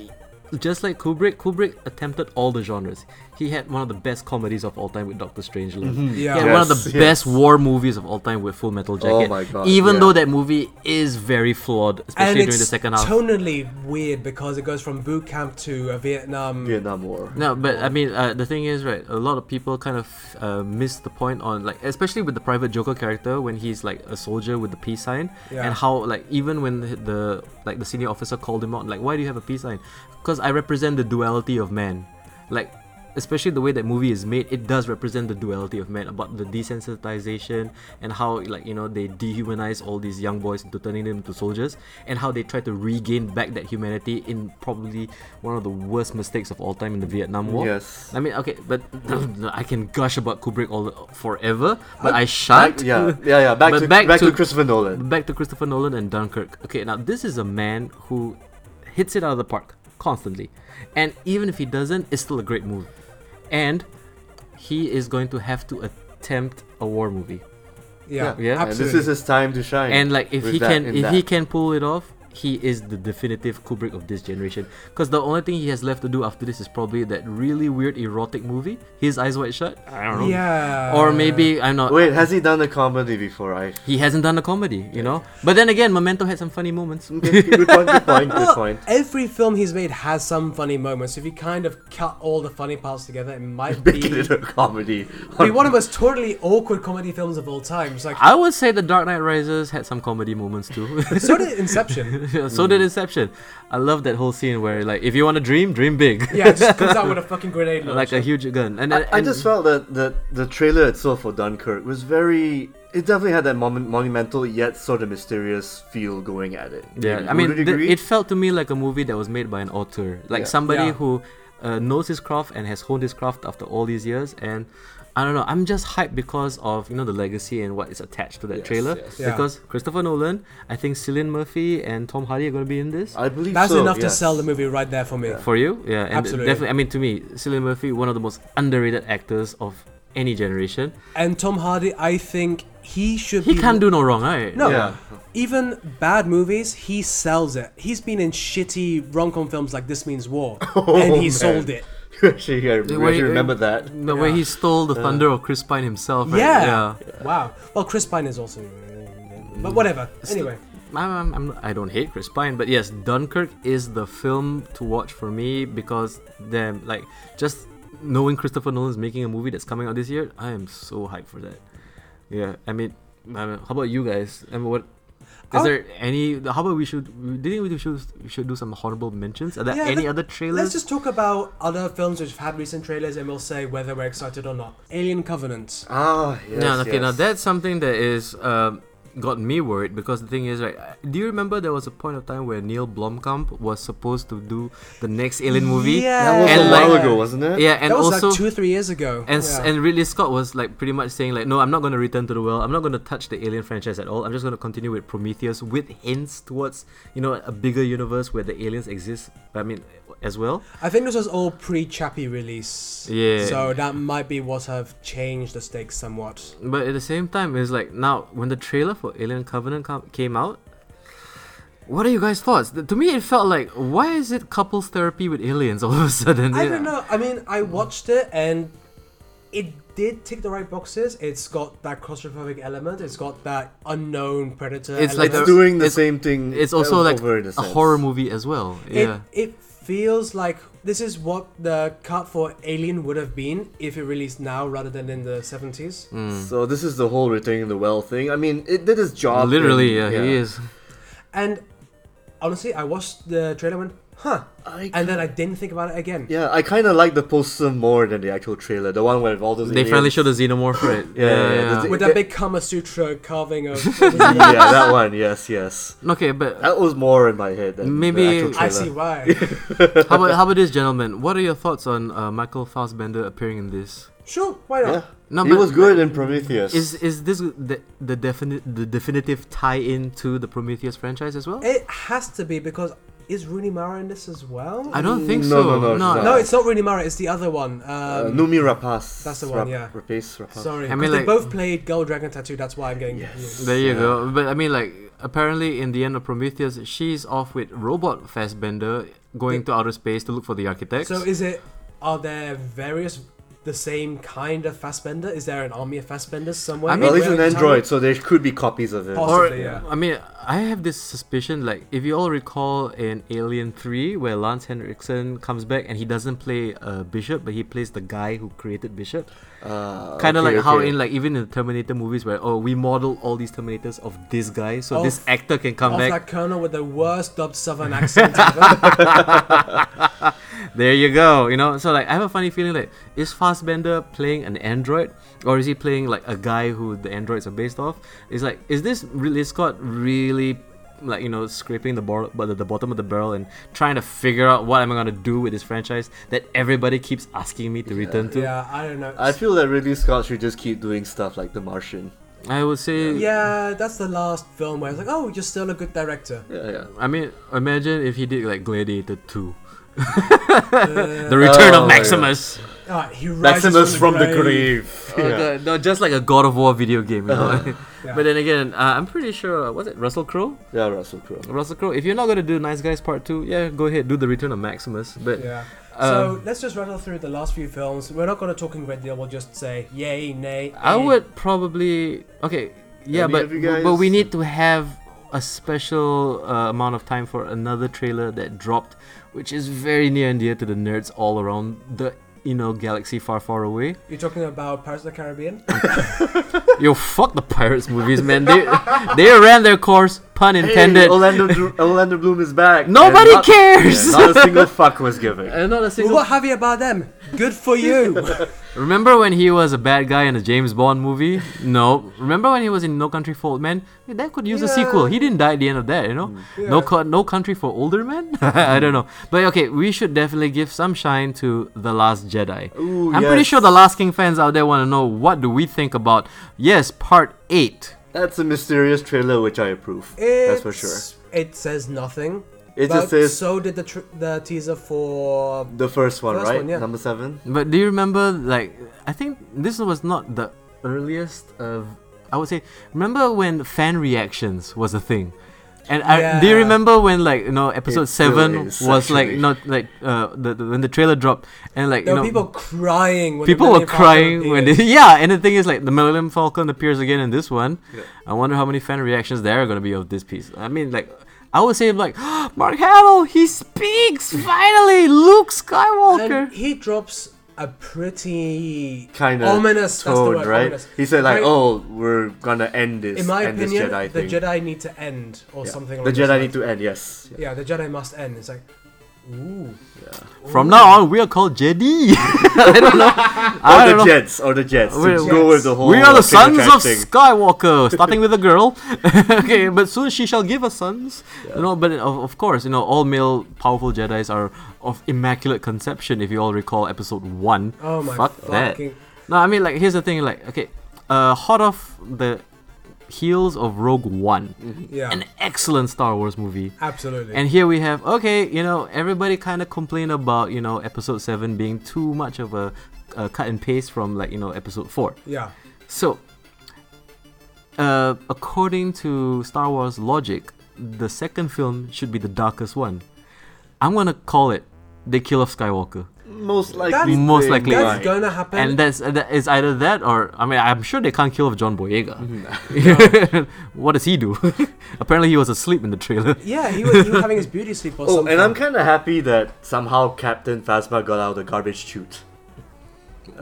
C: just like Kubrick, Kubrick attempted all the genres. He had one of the best comedies of all time with Doctor Strangelove.
A: Yeah.
C: He had one of
B: Mm-hmm. Yes,
C: the
B: yes. Oh
C: best war movies of all time with Full Metal Jacket.
B: my God,
C: Even
B: yeah.
C: though that movie is very flawed,
A: and
C: especially
A: it's
C: during the second half.
A: tonally weird because it goes from boot camp to a Vietnam.
B: Vietnam War.
C: No, but I mean, uh, the thing is, right? A lot of people kind of uh, miss the point on, like, especially with the Private Joker character when he's like a soldier with the peace sign,
A: Yeah.
C: and how, like, even when the, the like the senior officer called him out, like, why do you have a peace sign? Because I represent the duality of man, like. Especially the way that movie is made, it does represent the duality of man about the desensitization and how, like you know, they dehumanize all these young boys into turning them into soldiers, and how they try to regain back that humanity in probably one of the worst mistakes of all time in the Vietnam War.
B: Yes.
C: I mean, okay, but I can gush about Kubrick all forever, but I, shan't.
B: yeah, yeah, yeah. Back
C: But
B: to
C: back
B: back, to,
C: to-
B: Christopher Nolan.
C: Back to Christopher Nolan and Dunkirk. Okay, now this is a man who hits it out of the park constantly, and even if he doesn't, it's still a great movie. And he is going to have to attempt a war movie,
A: Yeah,
C: Yeah.
B: And this is his time to shine.
C: and like if
B: with
C: he
B: that
C: can,
B: in
C: if
B: that.
C: he can pull it off. He is the definitive Kubrick of this generation. Because the only thing he has left to do after this is probably that really weird erotic movie, His Eyes Wide Shut. I don't know.
A: yeah.
C: Or maybe I'm
A: uh,
C: not.
B: Wait, has he done a comedy before? I.
C: He hasn't done a comedy, you know. But then again, Memento had some funny moments.
B: Okay, good point. Good point. Good
A: Well,
B: point.
A: every film he's made has some funny moments. If you kind of cut all the funny parts together, it might be,
B: Making it a comedy.
A: be one of the most totally awkward comedy films of all time. It's like
C: I would say The Dark Knight Rises had some comedy moments too.
A: so did Inception.
C: so
B: Mm.
C: did Inception. I love that whole scene where, like, if you want to dream, dream big,
A: Yeah, it just comes out with a fucking grenade
C: like a
A: launcher.
C: huge gun. And,
B: Oh, I, I
C: and-
B: just felt that the the trailer itself for Dunkirk was very. It definitely had that mon- monumental yet sort of mysterious feel going at it.
C: yeah, I
B: Would
C: mean,
B: you
C: th-
B: agree?
C: it felt to me like a movie that was made by an auteur, like
B: Yeah.
C: somebody
A: Yeah.
C: who uh, knows his craft and has honed his craft after all these years. And I don't know, I'm just hyped because of you know the legacy and what is attached to that
B: Yes,
C: trailer.
B: yes.
A: Yeah.
C: Because Christopher Nolan, I think Cillian Murphy and Tom Hardy are going to be in this.
B: I believe
A: That's
B: so,
A: enough to
B: yes.
A: sell the movie right there for me.
C: for you yeah and
A: Absolutely.
C: definitely i mean to me cillian murphy one of the most underrated actors of any generation
A: And Tom Hardy, I think he should
C: he
A: be
C: can't do no wrong right
A: No.
B: Yeah.
A: Even bad movies, he sells it. He's been in shitty rom com films like This Means War,
C: Oh,
A: and he
B: Oh, man.
A: sold it.
B: You actually, yeah, you
C: wait,
B: actually remember
C: wait.
B: that.
C: the way he stole the thunder of chris pine himself right?
A: Uh, Yeah. Wow. Well, Chris Pine is also. But whatever. Anyway.
C: I'm, I'm, I'm, I don't hate Chris Pine, but yes, Dunkirk is the film to watch for me because damn, like just knowing Christopher Nolan's making a movie that's coming out this year, I am so hyped for that. Yeah, I mean, I mean how about you guys? I mean, what is
A: I'll-
C: there any? How about we should? Do you think we should we should do some honorable mentions? Are there
A: Yeah,
C: any
A: let-
C: other
A: Let's
C: trailers?
A: just talk about other films which have had recent trailers and we'll say whether we're excited or not. Alien Covenant.
B: Ah, yes.
C: no, okay, now
B: yes.
C: that's something that is um, got me worried because the thing is, right? uh, Do you remember there was a point of time where Neil Blomkamp was supposed to do the next Alien movie?
B: That was
C: And
B: a
C: like-
B: while ago, wasn't it?
C: Yeah, and
A: that was
C: also
A: like two, three years ago.
C: and s
A: Yeah.
C: and Ridley Scott was like pretty much saying like, no, I'm not going to return to the world. I'm not going to touch the Alien franchise at all. I'm just going to continue with Prometheus with hints towards you know a bigger universe where the aliens exist. I mean, as well.
A: I think this was all pre-Chappie release.
C: Yeah.
A: So that might be what have changed the stakes somewhat.
C: But at the same time, it's like now when the trailer for Alien Covenant com- came out, what are you guys' thoughts? Th- To me, it felt like why is it couples therapy with aliens all of a sudden?
A: I don't know. I mean, I watched it and it did tick the right boxes. It's got that claustrophobic element. It's got that unknown predator.
C: It's like
A: element.
B: It's
C: the-
B: doing the
C: it's-
B: same thing.
C: It's also
B: o-
C: like
B: over in
C: a,
B: sense.
C: horror movie as well. Yeah.
A: It it feels like this is what the cut for Alien would have been if it released now rather than in the seventies.
C: Mm.
B: So this is the whole returning the well thing. I mean, it did its job.
C: Literally, yeah,
B: in-
C: he is.
A: And honestly, I watched the trailer and went, huh.
B: I
A: And then I didn't think about it again.
B: Yeah, I kind of like the poster more than the actual trailer. The one where all those
C: They
B: aliens-
C: finally showed a xenomorph for it.
B: Yeah, yeah, yeah.
C: yeah.
B: That's
A: With that big Kama Sutra carving of.
B: yeah, that one. Yes, yes.
C: Okay, but
B: That was more in my head than
C: Maybe-
B: the actual trailer.
A: I see why.
C: how about how about this, gentlemen? What are your thoughts on uh, Michael Fassbender appearing in this?
A: Sure, why not?
B: Yeah,
C: No,
B: he
C: but-
B: was good in Prometheus.
C: Is is this the the definite the definitive tie-in to the Prometheus franchise as well?
A: It has to be because is Rooney Mara in this as well?
C: I don't think
B: No,
C: so.
B: no, no, it's not.
A: no, it's not Rooney Mara. It's the other one. Um,
B: uh, Numi Rapaz.
A: that's the one, yeah.
B: Rapace, Rapaz.
A: sorry,
C: I mean,
A: 'cause they
C: like-
A: both played Gold Dragon Tattoo. That's why I'm getting confused.
C: There you
B: Yeah.
C: go. But I mean, like, apparently in the end of Prometheus, she's off with robot Fassbender going to outer space to look for the architects.
A: So is it? Are there various the same kind of Fastbender? Is there an army of Fastbenders somewhere?
C: I mean-
B: well, he's
A: Where
B: an
A: we can
B: android, so there could be copies of him.
A: Possible.
C: or,
A: possibly, yeah.
C: I mean, I have this suspicion, like, if you all recall in Alien 3, where Lance Henriksen comes back and he doesn't play uh, Bishop, but he plays the guy who created Bishop.
B: Uh,
C: kind of
B: okay,
C: like how
B: okay.
C: in like even in the Terminator movies where oh we model all these Terminators of this guy so this
A: Of-
C: actor can come
A: Of
C: back.
A: that colonel with the worst dubbed southern accent ever.
C: There you go. You know, so like I have a funny feeling like is Fassbender playing an android or is he playing like a guy who the androids are based off? It's like is this really Scott really like you know scraping the bar- but the the bottom of the barrel and trying to figure out what am I gonna do with this franchise that everybody keeps asking me to return to?
A: yeah, I don't know.
B: I feel that Ridley Scott should just keep doing stuff like The Martian.
C: I would say
A: yeah, that's the last film where it's like, oh, you're still a good director.
B: Yeah, yeah.
C: uh, I mean, imagine if he did like Gladiator 2. the return
B: Oh
C: of
B: my
C: Maximus.
A: Alright, he rises
B: Maximus from the
A: grave.
B: grave.
C: Oh,
B: Yeah. Uh-huh.
C: God, no, just like a God of War video game. You know?
A: Yeah.
C: But then again, uh, I'm pretty sure, was it Russell Crowe?
B: yeah, Russell Crowe.
C: Russell Crowe, if you're not going to do Nice Guys Part 2, yeah, go ahead, do the return of Maximus. But
A: Yeah.
C: Um,
A: so let's just rattle through the last few films. We're not going to talk in great deal. We'll just say yay, nay.
C: I
A: eh.
C: would probably. Okay, yeah,
B: Any
C: but,
B: of you
C: bu- but we
B: guys?
C: need to have a special uh, amount of time for another trailer that dropped, which is very near and dear to the nerds all around the, you know, galaxy far, far away.
A: You're talking about Pirates of the Caribbean?
C: Yo, fuck the pirates movies, man. They they ran their course, pun
B: Hey,
C: intended.
B: Orlando, Dro- Orlando Bloom is back.
C: Nobody
B: And not-
C: cares.
B: yeah, not a single fuck was given.
C: Uh, not a
A: well,
C: single.
A: what have you about them? Good for you.
C: Remember when he was a bad guy in a James Bond movie? No. Remember when he was in No Country for Old Men? That could use a sequel. He didn't die at the end of that, you know. No,
A: Yeah.
C: co- No Country for Older Men. I don't know. But okay, we should definitely give some shine to the Last Jedi.
B: Ooh,
C: I'm pretty
B: yes.
C: sure the Last King fans out there want to know what do we think about yes, Part Eight.
B: That's a mysterious trailer, which I approve. That's for sure.
A: It's- It says nothing.
B: It
A: but
B: just says
A: So did the tr- the teaser for.
B: the first one,
A: First
B: right?
A: one, yeah.
B: Number seven.
C: But do you remember, like, I think this was not the earliest of. I would say, remember when fan reactions was a thing, and I, do you
A: Yeah.
C: remember when like you know episode
B: It still
C: seven
B: is,
C: was like
B: actually.
C: not like uh the, the- when the trailer dropped and like
A: There
C: you
A: were
C: know
A: people crying. When the
C: people were
A: Millennium Falcon
C: crying when they,
A: appeared.
C: yeah and the thing is like the Millennium Falcon appears again in this one. I wonder how many fan reactions there are gonna be of this piece. I mean like. I would say like Mark Hamill, he speaks finally. Luke Skywalker.
A: And he drops a pretty
B: Kind of
A: ominous that's the
B: tone,
A: word,
B: right?
A: ominous.
B: He said like,
A: Very-
B: "Oh, we're gonna end this."
A: In my
B: end
A: opinion,
B: this Jedi
A: the
B: thing.
A: Jedi need to end or
B: Yeah.
A: something.
B: The
A: along those
B: Jedi
A: lines.
B: need to end. Yes.
A: Yeah, the Jedi must end. It's like, ooh.
C: From now on, we are called Jedi. I don't know. I
B: Or
C: don't
B: the
C: know.
B: Jets, or the Jets. to
C: We're-
B: go with the whole.
C: we are
B: uh,
C: the sons
B: finger
C: of
B: trap thing.
C: Skywalker, starting with a girl. okay, but soon she shall give us sons. You know, but of, of course, you know, all male powerful Jedi's are of immaculate conception. If you all recall episode one.
A: Oh my
C: Fuck that.
A: fucking.
C: No, I mean like here's the thing. Like okay, uh, hot off the heels of Rogue One,
A: Yeah.
C: an excellent Star Wars movie.
A: Absolutely.
C: And here we have okay, you know, everybody kind of complained about you know episode seven being too much of a, a cut and paste from like you know episode four.
A: yeah.
C: So, uh, according to Star Wars logic, the second film should be the darkest one. I'm gonna call it the Kill of Skywalker,
B: Most likely.
A: That's-
C: Most
B: thing,
C: likely.
A: That's
C: Right.
A: gonna happen.
C: and that's uh, that is either that or I mean I'm sure they can't kill off John Boyega. Mm-hmm. what does he do? Apparently he was asleep in the trailer.
A: yeah, he was, he was having his beauty sleep or
B: Oh,
A: something.
B: and I'm kind of happy that somehow Captain Phasma got out of the garbage chute.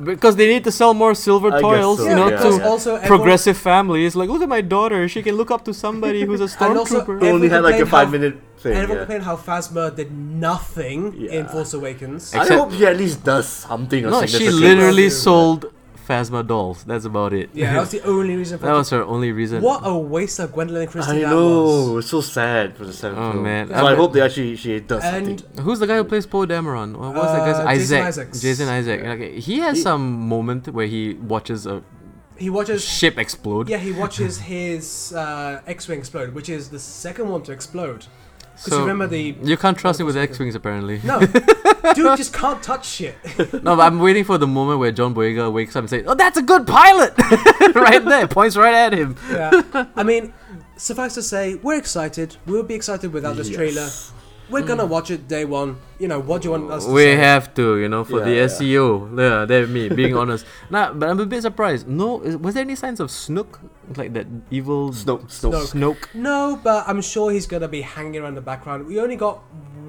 C: because they need to sell more silver
B: I guess
C: toils,
B: so,
C: you know,
A: yeah,
C: to
A: because also everyone-
C: progressive families. Like, look at my daughter; she can look up to somebody who's a
A: And also
C: stormtrooper.
B: Who only had like a
A: complained how-
B: five minute thing.
A: And everyone
B: yeah.
A: complained how Phasma did nothing in
B: Yeah.
A: Force Awakens.
C: Ex-
B: I
C: Except-
B: hope he at least does something. of
C: no, she
B: significance.
C: literally
A: Yeah.
C: sold Phasma dolls. That's about it.
A: yeah, that was the only reason for
C: that was her only reason.
A: What a waste of Gwendolyn Christie
B: I
A: that
B: know.
A: was.
B: It's so sad for the seventh
C: Oh,
B: film.
C: man.
B: So
C: I'm-
B: I, hope they actually she does
A: And
B: something.
C: Who's the guy who plays Poe Dameron? What was that guy's
A: Uh, Jason
C: Isaac?
A: Isaacs.
C: Jason Isaac. Okay, he has some moment where he watches a
A: he watches
C: ship explode.
A: Yeah, he watches his uh, X-wing explode, which is the second one to explode. Because
C: So-
A: remember the
C: You can't trust him with X-wings, apparently.
A: no, dude just can't touch shit.
C: No, but I'm waiting for the moment where John Boyega wakes up and says, "Oh, that's a good pilot!" right there, points right at him.
A: Yeah. I mean, suffice to say, we're excited. We'll be excited without this trailer.
B: Yes.
A: We're gonna watch it day one. You know what do you want us to
C: We
A: say?
C: have to, you know, for
B: Yeah, yeah.
C: the SEO. Yeah, that's me being honest. Nah, but I'm a bit surprised. No, is, was there any signs of Snook, like that evil
B: Snoke, Snoke.
C: Snoke?
A: No, but I'm sure he's gonna be hanging around the background. We only got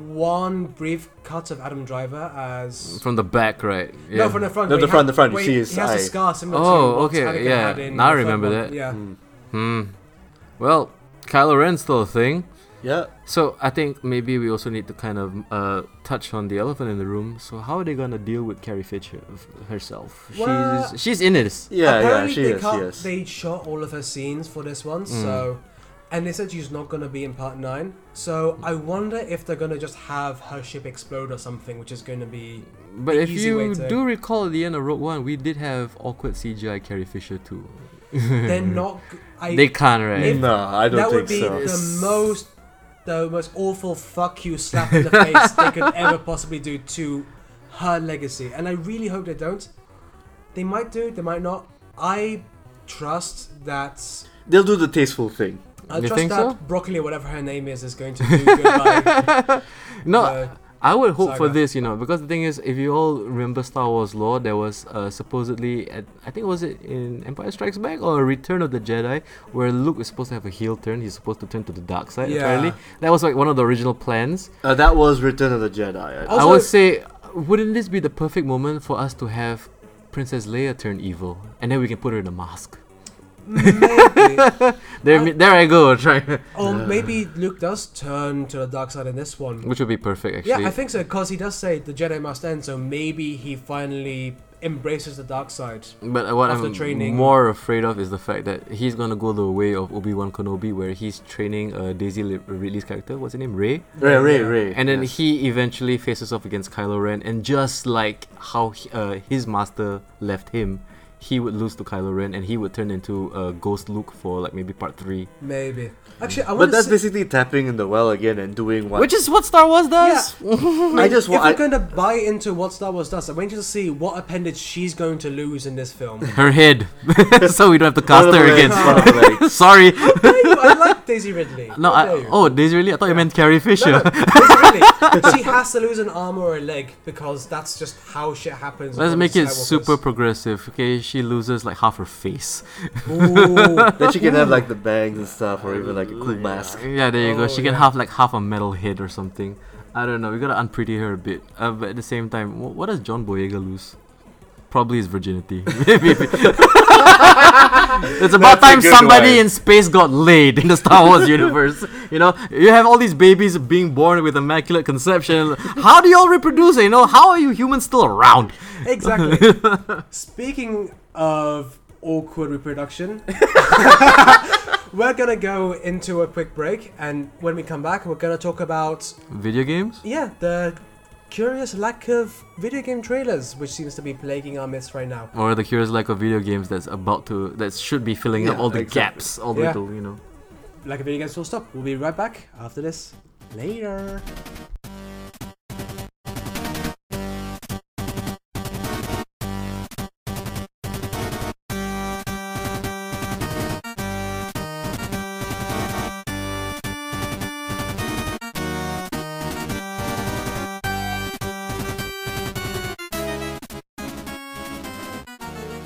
A: one brief cut of Adam Driver as
C: from the back, right? Yeah.
A: no from the front.
B: No,
A: where
B: the
A: he
B: front,
A: had-
B: the front, you
A: where
B: see
A: he-
B: his
A: He has a
B: eye.
A: scar similar
C: Oh,
A: to what
C: okay,
A: Anakin
C: yeah,
A: had in
C: now I
A: the third
C: remember
A: one.
C: that.
A: Yeah.
B: Mm.
C: Hmm. Well, Kylo Ren's still a thing.
B: Yeah.
C: So I think maybe we also need to kind of uh, touch on the elephant in the room. So how are they gonna deal with Carrie Fisher uh, herself?
A: Well-
C: she's she's in this.
A: E-,
B: Yeah, yeah,
A: Apparently
B: she
A: they
B: is,
A: cut-
B: yes.
A: They shot all of her scenes for this one,
C: Mm.
A: so and they said she's not gonna be in part nine. So I wonder if they're gonna just have her ship explode or something, which is gonna be
C: But
A: the
C: if
A: easy way
C: you
A: to-
C: do recall at the end of Rogue One, we did have awkward CGI Carrie Fisher too.
A: they're not. g- I,
C: they can't, right?
A: If-
B: no, I don't
A: that
B: think
A: would be
B: so.
A: the most the most awful fuck you slap in the face they could ever possibly do to her legacy and i really hope they don't they might do they might not i trust that
B: They'll do the tasteful thing.
A: i
C: You
A: trust
C: think
A: that
C: so?
A: broccoli or whatever her name is is going to do good by
C: no,
A: the-
C: I would hope for
A: saga.
C: this, you know, because the thing is, if you all remember Star Wars lore, there was uh, supposedly, at, I think was it in Empire Strikes Back or Return of the Jedi, where Luke is supposed to have a heel turn. He's supposed to turn to the dark side.
A: Yeah.
C: Apparently, that was like one of the original plans.
B: Uh, that was Return of the Jedi.
A: Oh,
B: I-
C: I
A: Also-
C: would say, wouldn't this be the perfect moment for us to have Princess Leia turn evil, and then we can put her in a mask?
A: maybe
C: There,
A: I-
C: there I go, trying,
A: or maybe luke does turn to the dark side in this one
C: which would be perfect actually.
A: yeah i think so because he does say the jedi must end so maybe he finally embraces the dark side
C: But what
A: After
C: I'm
A: training.
C: more afraid of is the fact that he's gonna go the way of Obi Wan Kenobi, where he's training uh, Daisy Li- Ridley's character. What's her name? Ray.
B: Ray, Ray,
A: Yeah.
B: Ray.
C: And then
B: yes.
C: he eventually faces off against Kylo Ren, and just like how he, uh, his master left him, he would lose to Kylo Ren, and he would turn into uh, Ghost Luke for like maybe part three,
A: maybe actually i
B: But
A: want to
B: that's basically tapping in the well again and doing what.
C: which is what Star Wars does.
B: I just
A: if
B: want. I-
A: we're going to buy into what Star Wars does, I'm interested to see what appendage she's going to lose in this film.
C: Her head, so we don't have to
B: one of
C: cast
B: the
C: her
B: legs,
C: again.
B: one of the legs.
C: Sorry.
A: Hey, I like Daisy Ridley.
C: No,
A: How
C: I,
A: dare you.
C: oh, Daisy Ridley. I thought you meant Carrie Fisher.
A: No, no, Daisy Ridley. She has to lose an arm or a leg because that's just how shit happens.
C: Let's
A: with
C: make it
A: Skywalkers.
C: super progressive, okay? She loses like half her face.
A: Ooh.
B: Then she can have like the bangs and stuff, or even like a cool mask.
C: Yeah, there you
A: Oh,
C: go. She can
A: yeah.
C: have like half a metal head or something. I don't know. We gotta unpretty her a bit. Uh, but at the same time, wh- what does John Boyega lose? Probably his virginity. Maybe. it's about
B: That's a
C: time
B: good
C: somebody
B: one.
C: in space got laid in the Star Wars universe. You know, you have all these babies being born with immaculate conception. How do you all reproduce? You know, how are you humans still around?
A: Exactly. Speaking of awkward reproduction, we're going to go into a quick break, and when we come back, we're going to talk about
C: Video games?
A: Yeah, the curious lack of video game trailers, which seems to be plaguing our midst right now.
C: Or the curious lack of video games that's about to that should be filling up
B: Yeah,
C: all the
B: exactly.
C: gaps, all
A: Yeah.
C: the little, you know.
A: Lack of video games, full stop. We'll be right back after this. Later.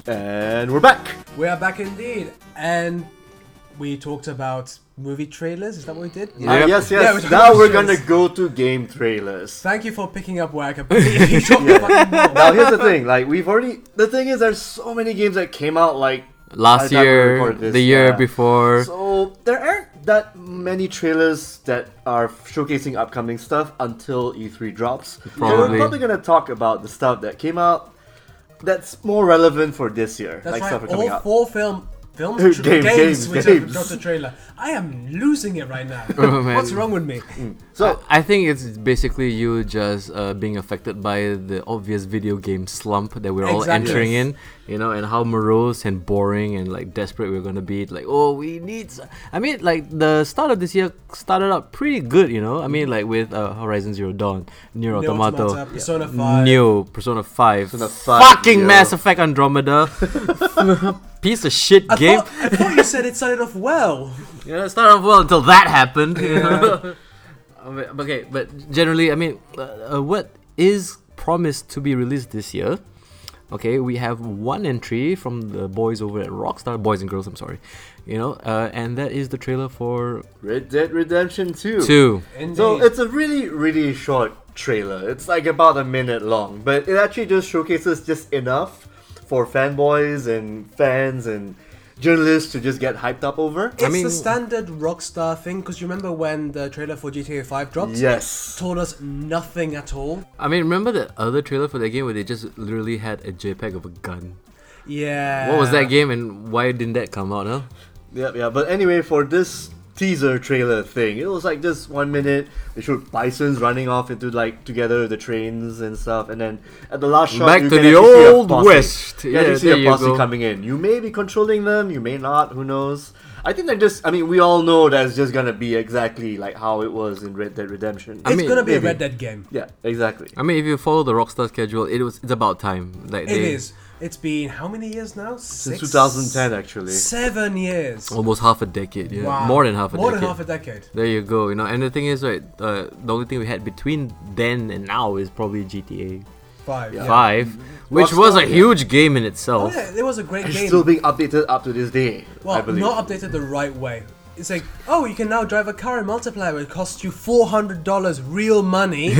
B: And we're back.
A: We are back indeed, and we talked about movie trailers. Is that what we did?
B: Uh,
C: Yep.
B: yes,
A: Yeah,
B: yes.
A: we're
B: now
A: talking
B: we're
A: about
B: gonna
A: shows.
B: go to game trailers.
A: Thank you for picking up where I completely dropped the fucking ball.
B: now here's the thing. Like we've already. The thing is, there's so many games that came out like by
C: Last
B: the time we
C: year,
B: record
C: the
B: this,
C: year
B: yeah.
C: before.
B: So there aren't that many trailers that are showcasing upcoming stuff until E3 drops. So
C: Probably.
B: we're probably gonna talk about the stuff that came out that's more relevant for this year.
A: That's
B: like stuff
A: right.
B: are coming
A: All
B: out.
A: four film films,
B: Games,
A: games,
B: games,
A: which have
B: games.
A: dropped a trailer. I am losing it right now.
C: Oh, man.
A: What's wrong with me?
B: Mm. so
C: I think it's basically you just uh, being affected by the obvious video game slump that we're all
A: Exactly.
C: entering in, you know, and how morose and boring and like desperate we're gonna be. Like, oh, we need. s- I mean, like the start of this year started out pretty good, you know. I mean, like with uh, Horizon Zero Dawn, Nier
A: Neo
C: Automata,
A: Automata, Persona 5.
C: Neo, Persona Five,
B: Persona 5,
C: fucking
B: yo.
C: Mass Effect Andromeda, piece of shit
A: I
C: game.
A: thought, I thought you said it started off well.
C: You know, it started off well until that happened. you know. Uh, but- okay, but generally, I mean, uh, uh, what is promised to be released this year? Okay, we have one entry from the boys over at Rockstar, boys and girls. I'm sorry, you know, uh, and that is the trailer for
B: Red Dead Redemption 2.
C: two.
A: Indeed.
B: So it's a really, really short trailer. It's like about a minute long, but it actually just showcases just enough for fanboys and fans and journalists to just get hyped up over.
A: It's
C: mean-
A: the standard Rockstar thing because you remember when the trailer for GTA 5 dropped?
B: Yes.
A: Told us nothing at all.
C: I mean, remember the other trailer for that game where they just literally had a JPEG of a gun?
A: Yeah.
C: What
B: Uh,
C: was that game, and why didn't that come out? Huh?
B: Yep, yeah. But anyway, for this teaser trailer thing, it was like just one minute. They showed bisons running off into like together the trains and stuff, and then at the last shot,
C: Back
B: you
C: to
B: can
C: the
B: actually see a
C: old
B: posse.
C: west.
B: You can actually
C: Yeah,
B: see
C: there
B: a
C: you
B: posse
C: go.
B: coming in. You may be controlling them, you may not. Who knows? I think that just. I mean, we all know that's just gonna be exactly like how it was in Red Dead Redemption.
A: It's
C: mean,
A: gonna be
B: maybe.
A: a Red Dead game.
B: yeah, exactly.
C: I mean, if you follow the Rockstar schedule, it was it's about time. Like
A: It
C: they-
A: is. It's been how many years now?
B: Since
A: Six,
B: 2010, actually.
A: Seven years.
C: almost half a decade. Yeah,
A: Wow.
C: more than half a
A: More
C: decade.
A: than half a decade.
C: There you go. You know, and the thing is, right? Uh, the only thing we had between then and now is probably GTA
A: Five. Yeah.
C: Five, which was a
B: Rockstar, yeah.
C: huge game in
A: Oh,
C: itself.
A: yeah, it was a great
B: It's
A: game.
B: still being updated up to this day. I
A: well,
B: believe.
A: not updated the right way. It's like, oh, you can now drive a car in multiplayer. It costs you four hundred dollars real money.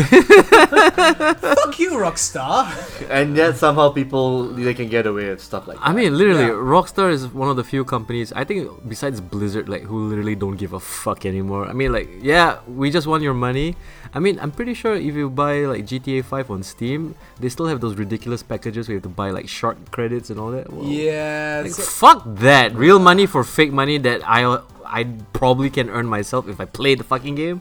A: Fuck you, Rockstar.
B: and yet somehow people they can get away with stuff like that.
C: I mean, literally,
A: Yeah.
C: Rockstar is one of the few companies I think besides Blizzard, like who literally don't give a fuck anymore. I mean, like, yeah, we just want your money. I mean, I'm pretty sure if you buy like GTA 5 on Steam, they still have those ridiculous packages where you have to buy like shark credits and all that. Well,
A: Yeah.
C: Like,
A: so-
C: fuck that. Real money for fake money that I I probably can earn myself if I play the fucking game.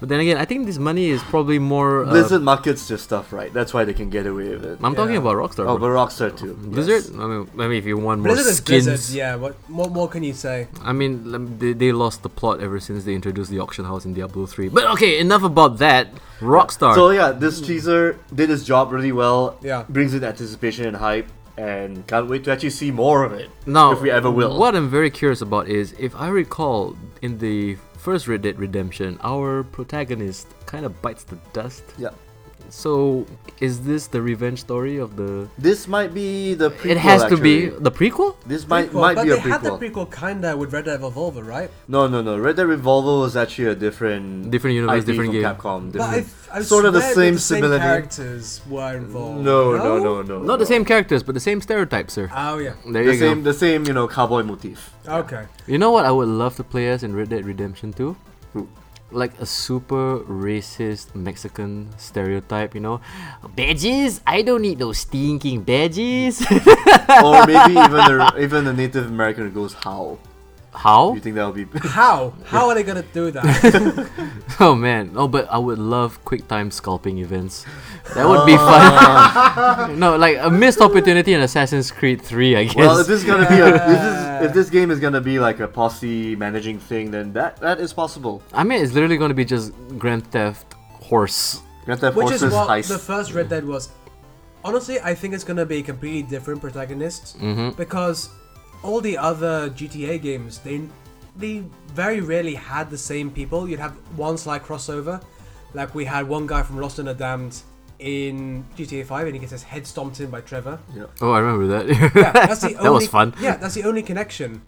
C: But then again, I think this money is probably more. Uh,
B: Blizzard markets their stuff right. That's why they can get away with it.
C: I'm talking
A: Yeah.
C: about Rockstar.
B: Oh,
C: bro.
B: but Rockstar too.
C: Blizzard.
B: Yes.
C: I mean, I mean, if you want more
A: Blizzard is
C: skins.
A: Blizzard. Yeah. What? What more can you say?
C: I mean, lem- they, they lost the plot ever since they introduced the auction house in Diablo 3. But okay, enough about that. Rockstar.
B: So yeah, this teaser did its job really well.
A: Yeah.
B: Brings in anticipation and hype, and can't wait to actually see more of it.
C: Now,
B: if we ever will.
C: What I'm very curious about is if I recall in the first Red Dead Redemption, our protagonist kind of bites the dust.
B: Yeah.
C: So, is this the revenge story of the?
B: This might be the prequel.
C: it has to be
B: actually.
C: the prequel.
B: This might
A: Prequel,
B: might
A: but
B: be
A: they
B: a
A: had the
B: prequel.
A: prequel kinda with Red Dead Revolver, right?
B: no, no, no. Red Dead Revolver was actually a different
C: Different universe,
B: IP
C: different
B: from
C: game.
B: Capcom.
A: But I,
B: Different.
A: I
B: sort of the
A: swear that
B: same
A: the same
B: similarity.
A: characters were involved.
B: No, no, no, no.
C: Not the same characters, but the same stereotypes, sir.
A: Oh yeah.
C: There
B: Ah, The
C: you
B: same,
C: go.
B: the same, you know, cowboy motif.
A: Okay.
C: You know what I would love to play as in Red Dead Redemption 2?
B: Who?
C: Like a super racist Mexican stereotype, you know? Badges? I don't need those stinking badges.
B: or maybe even the even the Native American who goes howl.
C: How?
B: You think that'll be?
A: How? How are they gonna do that?
C: Oh man. Oh, but I would love quick time scalping events. That would be fun. no, like a missed opportunity in Assassin's Creed 3, I guess.
B: well, if this is gonna be a, if this, if this game is gonna be like a posse managing thing, then that that is possible.
C: I mean, it's literally going to be just Grand Theft Horse.
B: You have to have
A: Which is
B: horses
A: what
B: heist.
A: the first Red Dead was. Honestly, I think it's gonna be completely different protagonists because all the other GTA games they they very rarely had the same people. You'd have one slight crossover, like we had one guy from Lost and the Damned in GTA 5 and he gets his head stomped in by Trevor.
C: Oh, I remember that.
A: Yeah, that's the only,
C: That was fun.
A: Yeah, that's the only connection.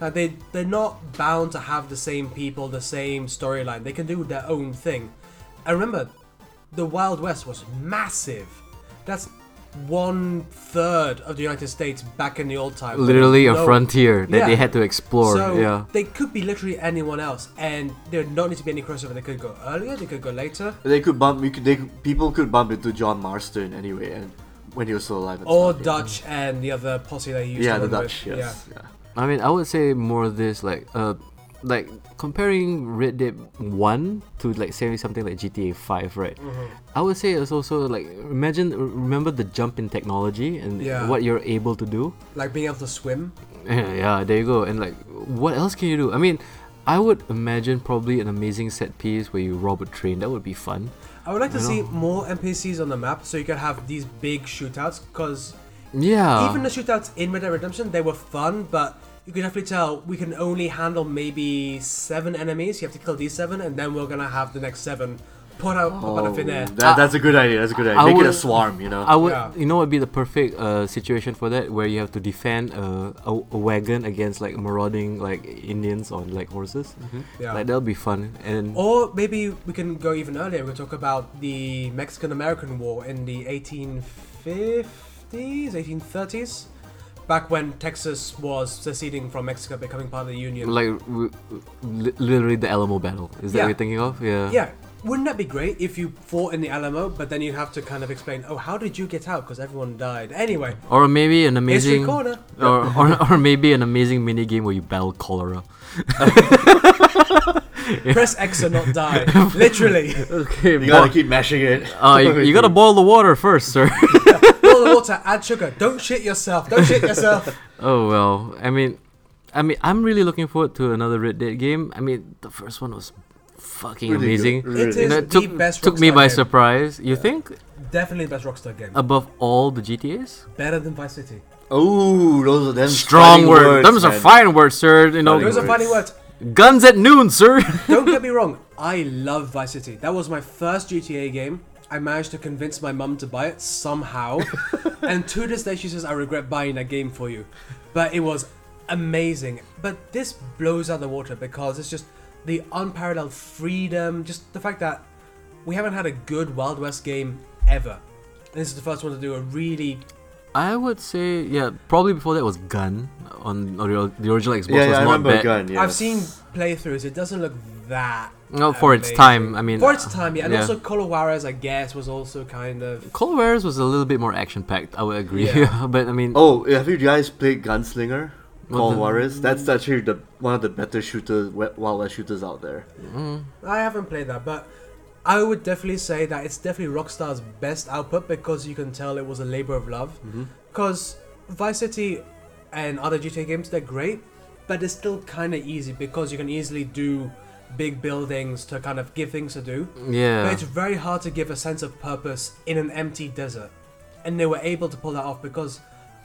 A: Like they they're not bound to have the same people, the same storyline. They can do their own thing. I remember the Wild West was massive. That's one third of the United States back in the old time.
C: literally a
A: No-
C: frontier that they
A: Yeah.
C: had to explore.
A: So
C: yeah.
A: they could be literally anyone else, and there would not need to be any crossover. They could go earlier, they could go later,
B: They could bump. We could. They could, people could bump into John Marston anyway, and when he was still alive. and
A: or
B: stuff,
A: Dutch and the other posse they Oh, used.
B: Yeah, yeah
A: to
B: the
A: run with.
B: Dutch. Yes. Yeah.
C: I mean, I would say more of this like uh, like comparing Red Dead One to like say something like GTA Five, right?
A: Mm-hmm.
C: I would say it's also like imagine remember the jump in technology and
A: Yeah.
C: what you're able to do.
A: Yeah. Like being able to swim.
C: Yeah, there you go. And like, what else can you do? I mean, I would imagine probably an amazing set piece where you rob a train. That would be fun.
A: I would like to see more NPCs on the map so you can have these big shootouts because
C: Yeah.
A: even the shootouts in Red Dead Redemption they were fun, but you could definitely tell we can only handle maybe seven enemies. You have to kill these seven, and then we're gonna have the next seven put out pop out of thin air.
B: Oh, that, that's a good idea. That's a good idea.
C: Uh, I
B: Make it a
C: would-
B: swarm, you know.
C: I would,
A: Yeah.
C: you know, would be the perfect uh, situation for that, where you have to defend uh, a, a wagon against like marauding like Indians on like horses.
A: Mm-hmm. Yeah. Oh,
C: Like that'll be fun. And
A: Or maybe we can go even earlier. We can talk about the Mexican American War in the 1850s, 1830s, back when Texas was seceding from Mexico, becoming part of the Union.
C: like w- li- literally the Alamo battle. Is that what
A: Yeah.
C: you're thinking of? Yeah.
A: Yeah, wouldn't that be great if you fought in the Alamo, but then you have to kind of explain, oh, how did you get out? Because everyone died. Anyway,
C: Or maybe an amazing.
A: history corner.
C: Or, or, or maybe an amazing mini game where you battle cholera.
A: Press X and not die. Literally.
C: Okay,
B: you gotta keep mashing it.
C: uh, you, you gotta boil the water first, sir.
A: Boil the water, add sugar. Don't shit yourself. Don't shit yourself.
C: Oh well, I mean, I mean, I'm really looking forward to another Red Dead game. I mean, the first one was fucking
B: Really good,
C: amazing.
B: really
A: It
C: You
A: is
C: know,
A: the
C: it took
A: best
C: took me
A: Rockstar
C: by
A: game.
C: surprise. You think
A: Definitely the best Rockstar game.
C: above all the GTA's?
A: Better than Vice City.
B: Oh, those are them
C: Strong
B: fighting
C: word.
B: words.
C: Those are
B: man.
C: fine words, sir. You know,
A: Those are
B: words.
A: funny words.
C: guns at noon, sir.
A: Don't get me wrong. I love Vice City. That was my first GTA game. I managed to convince my mum to buy it somehow. and to this day, she says, I regret buying that game for you. But it was amazing. But this blows out the water because it's just the unparalleled freedom, just the fact that we haven't had a good Wild West game ever. And this is the first one to do a really.
C: I would say, yeah, probably before that was gun on on the the original Xbox
B: Yeah,
C: was
B: yeah I
C: not
B: remember
C: bad.
B: gun. Yes.
A: I've seen playthroughs, it doesn't look that.
C: No, for its
A: amazing.
C: time. I mean,
A: For its time, yeah. And
C: yeah.
A: also, Colowares, I guess, was also kind of.
C: Cold Wars was a little bit more action packed. I would agree,
A: Yeah.
C: but I mean,
B: Oh, have you guys played Gunslinger?
C: Well,
B: Call
C: the-
B: Juarez? That's actually the one of the better shooters, we- Wild West shooters out there.
A: I haven't played that, but I would definitely say that it's definitely Rockstar's best output because you can tell it was a labor of love. Because Vice City and other GTA games, they're great, but it's still kind of easy because you can easily do big buildings to kind of give things to do. But
C: yeah.
A: it's very hard to give a sense of purpose in an empty desert. And they were able to pull that off because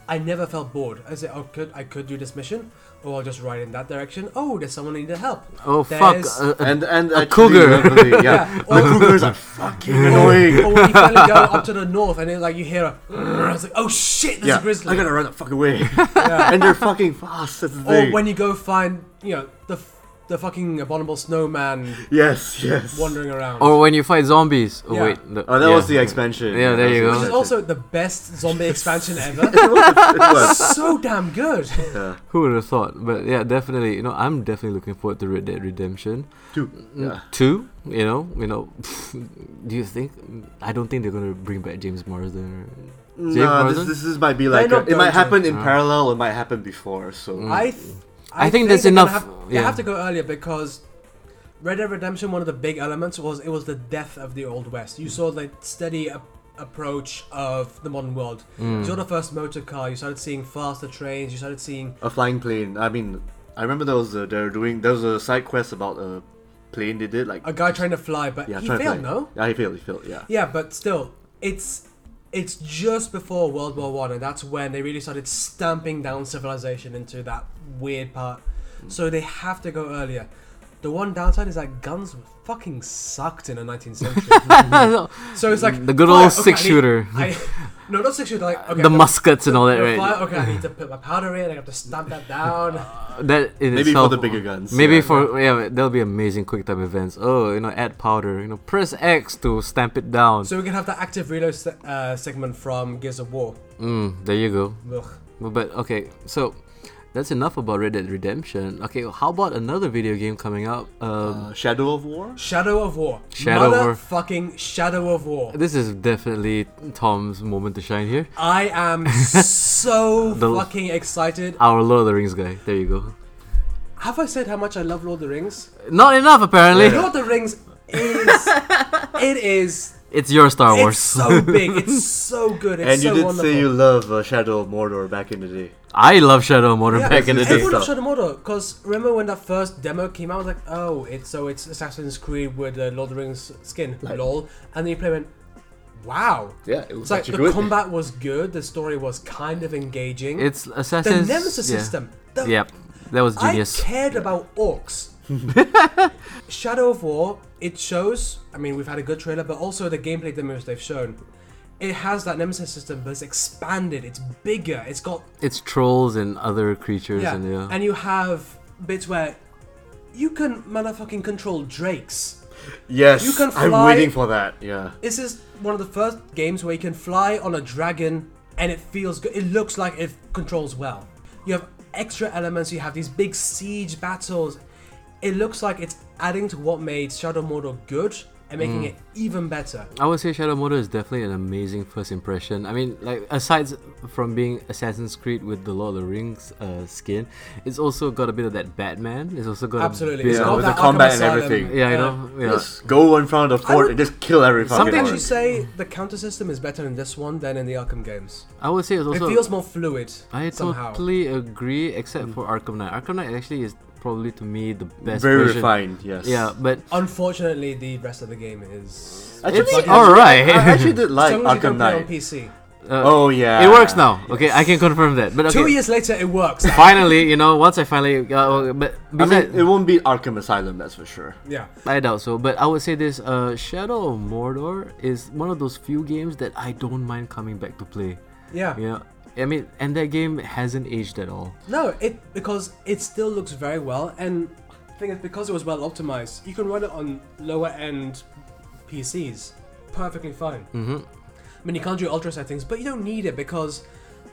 A: I never felt bored. I said, oh, could, I could do this mission, or I'll just ride in that direction. Oh, there's someone who needed help.
C: Oh fuck!
A: There's-
C: Uh,
B: And and actually,
C: cougar. Oh.
B: remember the- yeah,
A: or-
B: the cougars are fucking
A: Or,
B: annoying.
A: or when you finally go up to the north and then like you hear a it's like, oh shit, there's
B: Yeah,
A: a grizzly.
B: I gotta run the fuck away. and they're fucking fast.
C: Oh,
B: That's the
A: or
B: thing.
A: when you go find, you know, the f- the fucking abominable snowman
B: yes, yes.
A: wandering around.
C: Or when you fight zombies. Oh
A: Yeah.
C: wait. the-
B: Oh, that
C: yeah.
B: was the expansion.
C: Yeah, there you
B: that
C: go.
A: which
B: was
A: is
B: the
A: also the best zombie expansion ever.
B: expansion. It was.
A: so damn good.
C: Who would have thought? But yeah, definitely. You know, I'm definitely looking forward to Red Dead Redemption
B: Two. Yeah.
C: Two. You know, you know. Do you think? I don't think they're gonna bring back James Marsden. James
B: Nah, this,
C: Marsden?
B: this, this might be like
A: not
B: a, it
A: going
B: might
A: to.
B: Mm.
C: Mm.
B: happen in parallel. It might happen before. So
A: I th-
C: I think there's
A: they're gonna
C: enough-
A: Have, they
C: yeah.
A: have to go earlier because Red Dead Redemption. One of the big elements was it was the death of the old west. You saw the steady ap- approach of the modern world.
B: Mm.
C: Hmm.
A: You saw the first motor car. You started seeing faster trains. You started seeing
B: A flying plane. I mean, I remember there was a, they're doing there was a side quest about a plane they did like
A: a guy trying to fly, but
B: yeah
A: he
B: trying to
A: failed.
B: fly.
A: No.
B: yeah he failed he failed yeah
A: Yeah, but still, it's it's just before World War One, and that's when they really started stamping down civilization into that weird part.
C: Hmm.
A: So they have to go earlier. The one downside is that guns fucking sucked in the 19th century.
C: No,
A: so it's like
C: The good
A: "Fire,
C: old
A: okay, I
C: six
A: need-
C: shooter.
A: I, no, not six shooter. Like okay,
C: the
A: I've got-
C: muskets and all that,
A: I've
C: right?
A: got fire, okay, I need to put my powder in. I have to stamp that down.
C: That in
B: maybe
C: itself,
B: for the bigger guns
C: Maybe
B: yeah.
C: for yeah, there'll be amazing quick time events. Oh, you know, add powder. You know, press X to stamp it down.
A: So we can have the active reload se- uh, segment from Gears of War.
C: Mm, there you go.
A: Ugh.
C: But, but okay, so that's enough about Red Dead Redemption. Okay, how about another video game coming up? Um,
B: Uh, Shadow of War
A: Shadow of War.
C: Shadow of War.
A: Motherfucking Shadow of War.
C: this is definitely Tom's moment to shine here.
A: I am so
C: The-
A: fucking excited.
C: Our Lord of the Rings guy. There you go.
A: Have I said how much I love Lord of the Rings?
C: Not enough apparently.
A: Lord of the Rings is it is
C: It's your Star Wars.
A: it's so big, it's so good, it's
B: and you
A: so
B: did
A: wonderful.
B: say you love uh, Shadow of Mordor back in the day
C: I love Shadow of Mordor
A: yeah,
C: back in the day.
A: everyone loves
B: stuff.
A: Shadow Mordor because remember when that first demo came out, I was like, oh, it's so it's Assassin's Creed with the Lord of the Rings skin, lol. And then you play, and went, wow.
B: yeah it was
A: It's like
B: actually
A: the
B: good
A: combat was good, the story was kind of engaging.
C: It's
A: the
C: Assassin's.
A: Nemesis
C: yeah.
A: system, the
C: Yep, that was genius.
A: I cared about orcs. Shadow of War, it shows, I mean, we've had a good trailer, but also the gameplay demos they've shown. It has that nemesis system, but it's expanded, it's bigger, it's got.
C: It's trolls and other creatures
A: Yeah.
C: and yeah.
A: And you have bits where you can motherfucking control drakes.
B: yes
A: You can
B: I'm
A: fly-
B: waiting for that yeah
A: This is one of the first games where you can fly on a dragon and it feels good. It looks like it controls well. You have extra elements, you have these big siege battles. It looks like it's adding to what made Shadow Mordor good and making
B: Mm.
A: it even better.
C: I would say Shadow Mordor is definitely an amazing first impression. I mean, like aside from being Assassin's Creed with the Lord of the Rings uh, skin, it's also got a bit of that Batman. It's also got A
A: Absolutely.
C: bit
A: It's
B: Yeah,
A: got
B: with
A: that
B: the combat
A: Arkham
B: and
A: Asylum,
B: everything.
C: yeah, you
A: uh,
C: know, yeah.
B: just go in front of the fort
A: would-
B: and just kill every
A: I'd
B: fucking
A: actually
B: orc
A: say the counter system is better in this one than in the Arkham games.
C: I would say it's also.
A: it feels more fluid
C: I
A: somehow.
C: totally agree, except for Arkham Knight. Arkham Knight actually is probably to me the best
B: very
C: version.
B: refined yes
C: Yeah, but
A: Unfortunately, the rest of the game is.
B: Actually,
C: It's
B: actually,
C: alright.
B: I actually did like
A: As long as you don't
B: Arkham
A: play on
B: Knight.
A: PC.
C: uh,
B: Oh yeah,
C: it works now. Okay, I can confirm that. But okay,
A: Two years later, it works.
C: finally, you know, once I finally, uh, but
B: I
C: besides,
B: mean, it won't beat Arkham Asylum, that's for sure.
A: yeah.
C: I doubt so, but I would say this: uh, Shadow of Mordor is one of those few games that I don't mind coming back to play.
A: Yeah.
C: You know, I mean, and that game hasn't aged at all.
A: No, it because it still looks very well, and the thing is because it was well optimized, you can run it on lower end PCs perfectly fine. Mm-hmm. I mean, you can't do ultra settings, but you don't need it because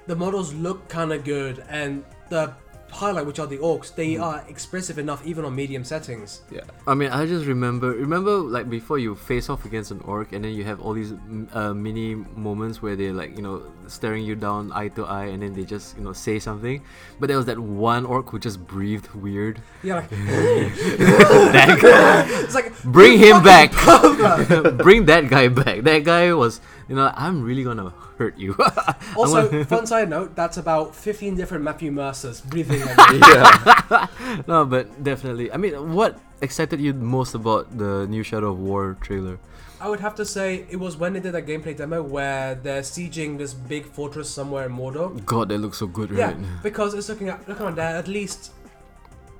A: the models look kind of good, and the highlight, which are the orcs, they
C: Mm.
A: are expressive enough even on medium settings.
B: Yeah.
C: I mean, I just remember, remember like before you face off against an orc, and then you have all these mm, uh, mini moments where they're like, you know, staring you down eye to eye, and then they just, you know, say something. But there was that one orc who just breathed weird.
A: Yeah, like,
C: That guy-
A: it's like
C: Bring
A: "You
C: him back.
A: fucking pervert."
C: Bring that guy back. That guy was, you know, I'm really gonna hurt you. I'm
A: also,
C: gonna-
A: fun side note: that's about fifteen different Matthew Mercers breathing. on you.
B: yeah.
C: No, but definitely. I mean, what excited you most about the new Shadow of War trailer?
A: I would have to say it was when they did that gameplay demo where they're sieging this big fortress somewhere in Mordor.
C: God, that looks so good,
A: Yeah,
C: right?
A: because it's looking at look on there are at least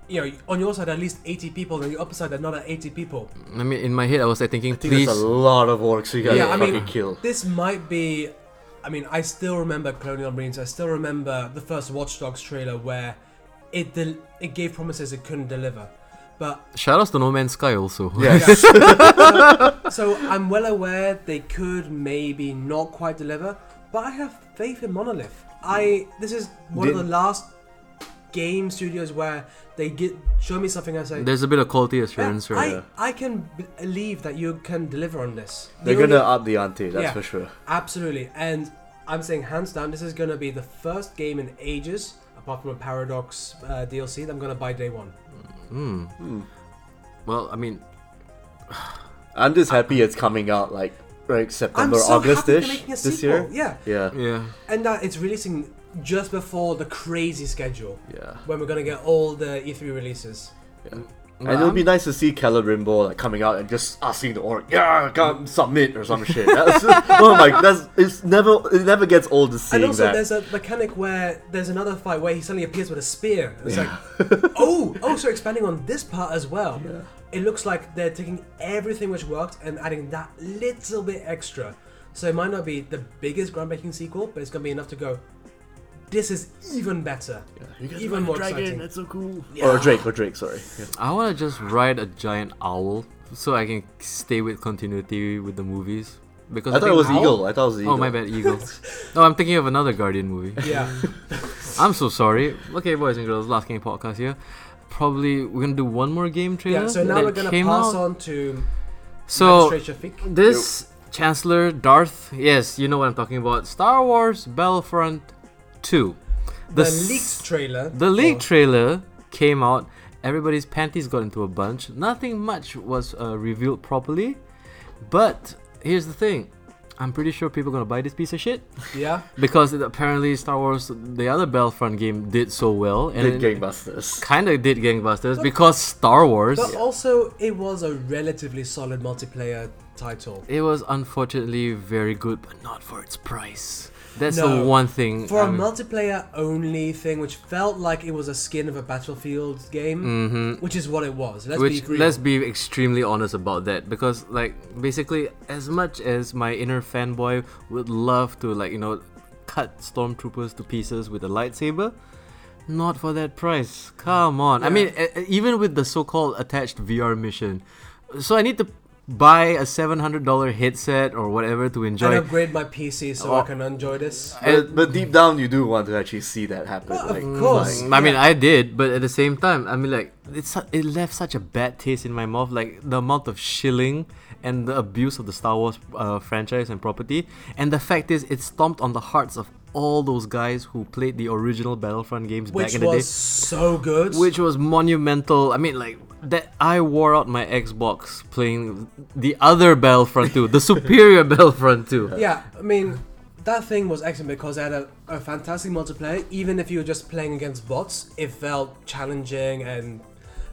A: you know on your side are at least eighty people, on your opposite side another eighty people.
C: I mean, in my head, I was like thinking,
B: I think
C: please.
B: there's a lot of orcs you gotta
A: Yeah, I mean-
B: fucking kill.
A: This might be, I mean, I still remember Colonial Marines. I still remember the first Watch Dogs trailer where it del- it gave promises it couldn't deliver, but
C: Shoutouts to No Man's Sky also.
B: Yes.
A: So I'm well aware they could maybe not quite deliver, but I have faith in Monolith. I this is one of
B: Did-
A: the last game studios where they get show me something I say.
C: There's a bit of quality
A: "Yeah,
C: assurance, right?
A: I, I can b- believe that you can deliver on this. The
B: They're gonna
A: only-
B: up the ante, that's
A: Yeah.
B: for sure.
A: absolutely, and I'm saying hands down, this is gonna be the first game in ages apart from a Paradox uh, DLC that I'm gonna buy day one.
C: Hmm.
B: Hmm.
C: Well, I mean,
B: I'm just happy it's coming out like like
A: I'm
B: September,
A: so
B: August
A: happy they're
B: ish
A: making a
B: this
A: sequel.
B: year.
A: Yeah.
B: Yeah.
C: yeah.
A: and that it's releasing just before the crazy schedule.
B: Yeah.
A: When we're gonna get all the E3 releases.
B: And it'll be nice to see Calibrimbo like coming out and just asking the org, yeah, come submit or some shit. That's, oh my, that's it's never it never gets old to seeing
A: and also,
B: that.
A: there's a mechanic where there's another fight where he suddenly appears with a spear. And It's like, oh, oh, so expanding on this part as well. It looks like they're taking everything which worked and adding that little bit extra. So it might not be the biggest groundbreaking sequel, but it's gonna be enough to go. This is even better, even more exciting.
B: so cool. Or Drake, or Drake, sorry.
C: I want to just ride a giant owl so I can stay with continuity with the movies. Because
B: I thought it
C: think-
B: was Eagle. I thought it was Eagle.
C: Oh my bad, Eagle. no, I'm thinking of another Guardian movie.
A: yeah,
C: I'm so sorry. Okay, boys and girls, last game podcast here. Probably we're gonna do one more game trailer.
A: yeah. So now
C: that
A: we're gonna
C: came
A: pass
C: out.
A: on to
C: So
A: Magistrate Shafiq.
C: this Chancellor Darth, yes, you know what I'm talking about. Star Wars Battlefront 2.
A: the,
C: s-
A: leaked Oh. trailer.
C: The leaked
A: for-
C: trailer came out. Everybody's panties got into a bunch. Nothing much was uh, revealed properly. But here's the thing. I'm pretty sure people are gonna buy this piece of shit
A: Oh, yeah,
C: because it, apparently Star Wars, the other Battlefront game, did so well
B: Did
C: and it
B: gangbusters.
C: kind of did gangbusters because Star Wars.
A: but also it was a relatively solid multiplayer title.
C: It was unfortunately very good, but not for its price. That's the
A: No.
C: one thing.
A: For a
C: I'm-
A: multiplayer only thing, which felt like it was a skin of a Battlefield game, which is what it was. Let's
C: Mm-hmm. which
A: be real.
C: let's be extremely honest about that because like basically as much as my inner fanboy would love to like you know cut stormtroopers to pieces with a lightsaber not for that price come on i mean e- e- even with the so-called attached vr mission so i need to buy a $700 headset or whatever to
A: and
C: enjoy
A: upgrade my PC so
C: Oh.
A: I can enjoy this.
B: But, but deep down, you do want to actually see that happen.
A: Well,
B: like,
A: of course.
C: I mean, I did, but at the same time, I mean, like, it's su- it left such a bad taste in my mouth. Like the amount of shilling and the abuse of the Star Wars uh, franchise and property, and the fact is, it stomped on the hearts of all those guys who played the original Battlefront games back
A: which
C: in the
A: was
C: day,
A: so good.
C: which was monumental. I mean, like that I wore out my Xbox playing the other Battlefront 2, the superior Battlefront 2.
A: yeah, I mean, that thing was excellent because it had a, a fantastic multiplayer. Even if you were just playing against bots, it felt challenging and.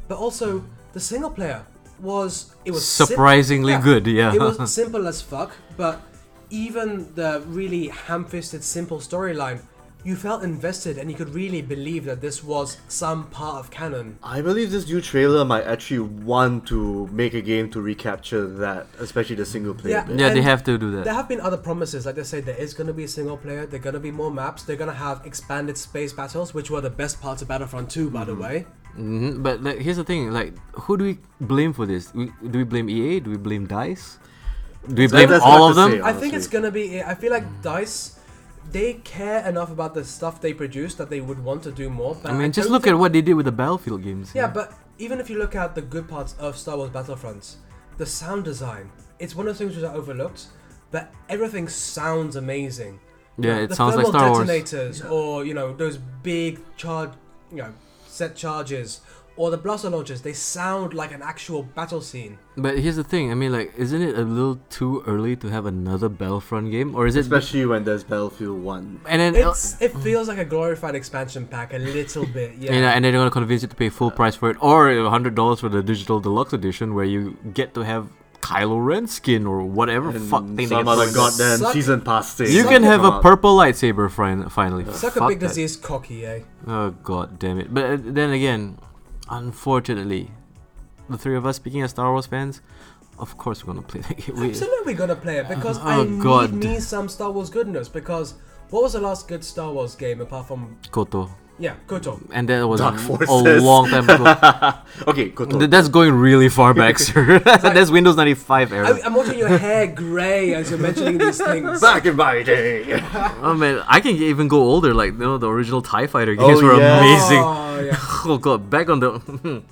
A: But also, the single player was it was sim-
C: Surprisingly good, yeah.
A: It was simple as fuck, but even the really ham-fisted simple storyline, you felt invested and you could really believe that this was some part of canon.
B: I believe this new trailer might actually want to make a game to recapture that, especially the single player
A: Yeah.
B: bit.
C: Yeah, they
A: And
C: have to do that.
A: There have been other promises, like they say, there is going to be a single player, there are going to be more maps, they're going to have expanded space battles, which were the best parts of Battlefront 2, by the way.
C: Mhm, But like, here's the thing: like, who do we blame for this? We, do we blame EA? Do we blame Dice? Do we blame
B: that's
C: all
B: hard
C: of
B: to
C: them?
B: say.
A: I think it's
B: honestly.
A: going to be. I feel like Dice. They care enough about the stuff they produce that they would want to do more. But
C: I mean, just
A: don't
C: look
A: think-
C: at what they did with the Battlefield games.
A: Yeah, but even if you look at the good parts of Star Wars Battlefronts, the sound design, it's one of the things which are overlooked, but everything sounds amazing.
C: Yeah, it
A: the
C: sounds like
A: thermal
C: Star Wars.
A: detonators, or you know those big charge, you know, set charges, or the blaster launchers. They sound like an actual battle scene.
C: But here's the thing: I mean, like, isn't it a little too early to have another Battlefront game, or is it?
B: Especially when there's Battlefield 1.
C: and then,
A: It's it feels like a glorified expansion pack a little bit. Yeah,
C: you know, and then they're gonna convince you to pay full price for it, or a hundred dollars for the digital deluxe edition, where you get to have Kylo Ren skin or whatever Oh, fuck thing.
B: And
C: they
B: some
C: can
B: other
C: throw in there.
B: goddamn
A: Suck-
B: season pass thing.
C: You
A: Suck
C: can
A: it
C: have
B: Come
C: a
B: out.
C: purple lightsaber, fin- finally.
A: sucker
C: Fuck
A: big
C: that.
A: disease cocky, eh?
C: Oh god damn it! But uh, then again, unfortunately, the three of us speaking as Star Wars fans, of course we're gonna play that game. We-
A: Absolutely gonna play it because
C: Oh,
A: I
C: God.
A: need me some Star Wars goodness. Because what was the last good Star Wars game apart from
C: Koto,
A: yeah, Koto?
C: and that was a,
B: Dark
C: a
B: Forces.
C: long time ago.
B: okay, Kotor.
C: Th- That's going really far back, sir. That's Windows ninety five era.
A: I, I'm watching your hair grey as you're mentioning these things.
B: Back in my day!
C: oh man, I can even go older. Like you know, the original Tie Fighter games
B: Oh,
C: were
B: yeah.
C: amazing.
A: Oh, yeah.
C: Oh god, back on the.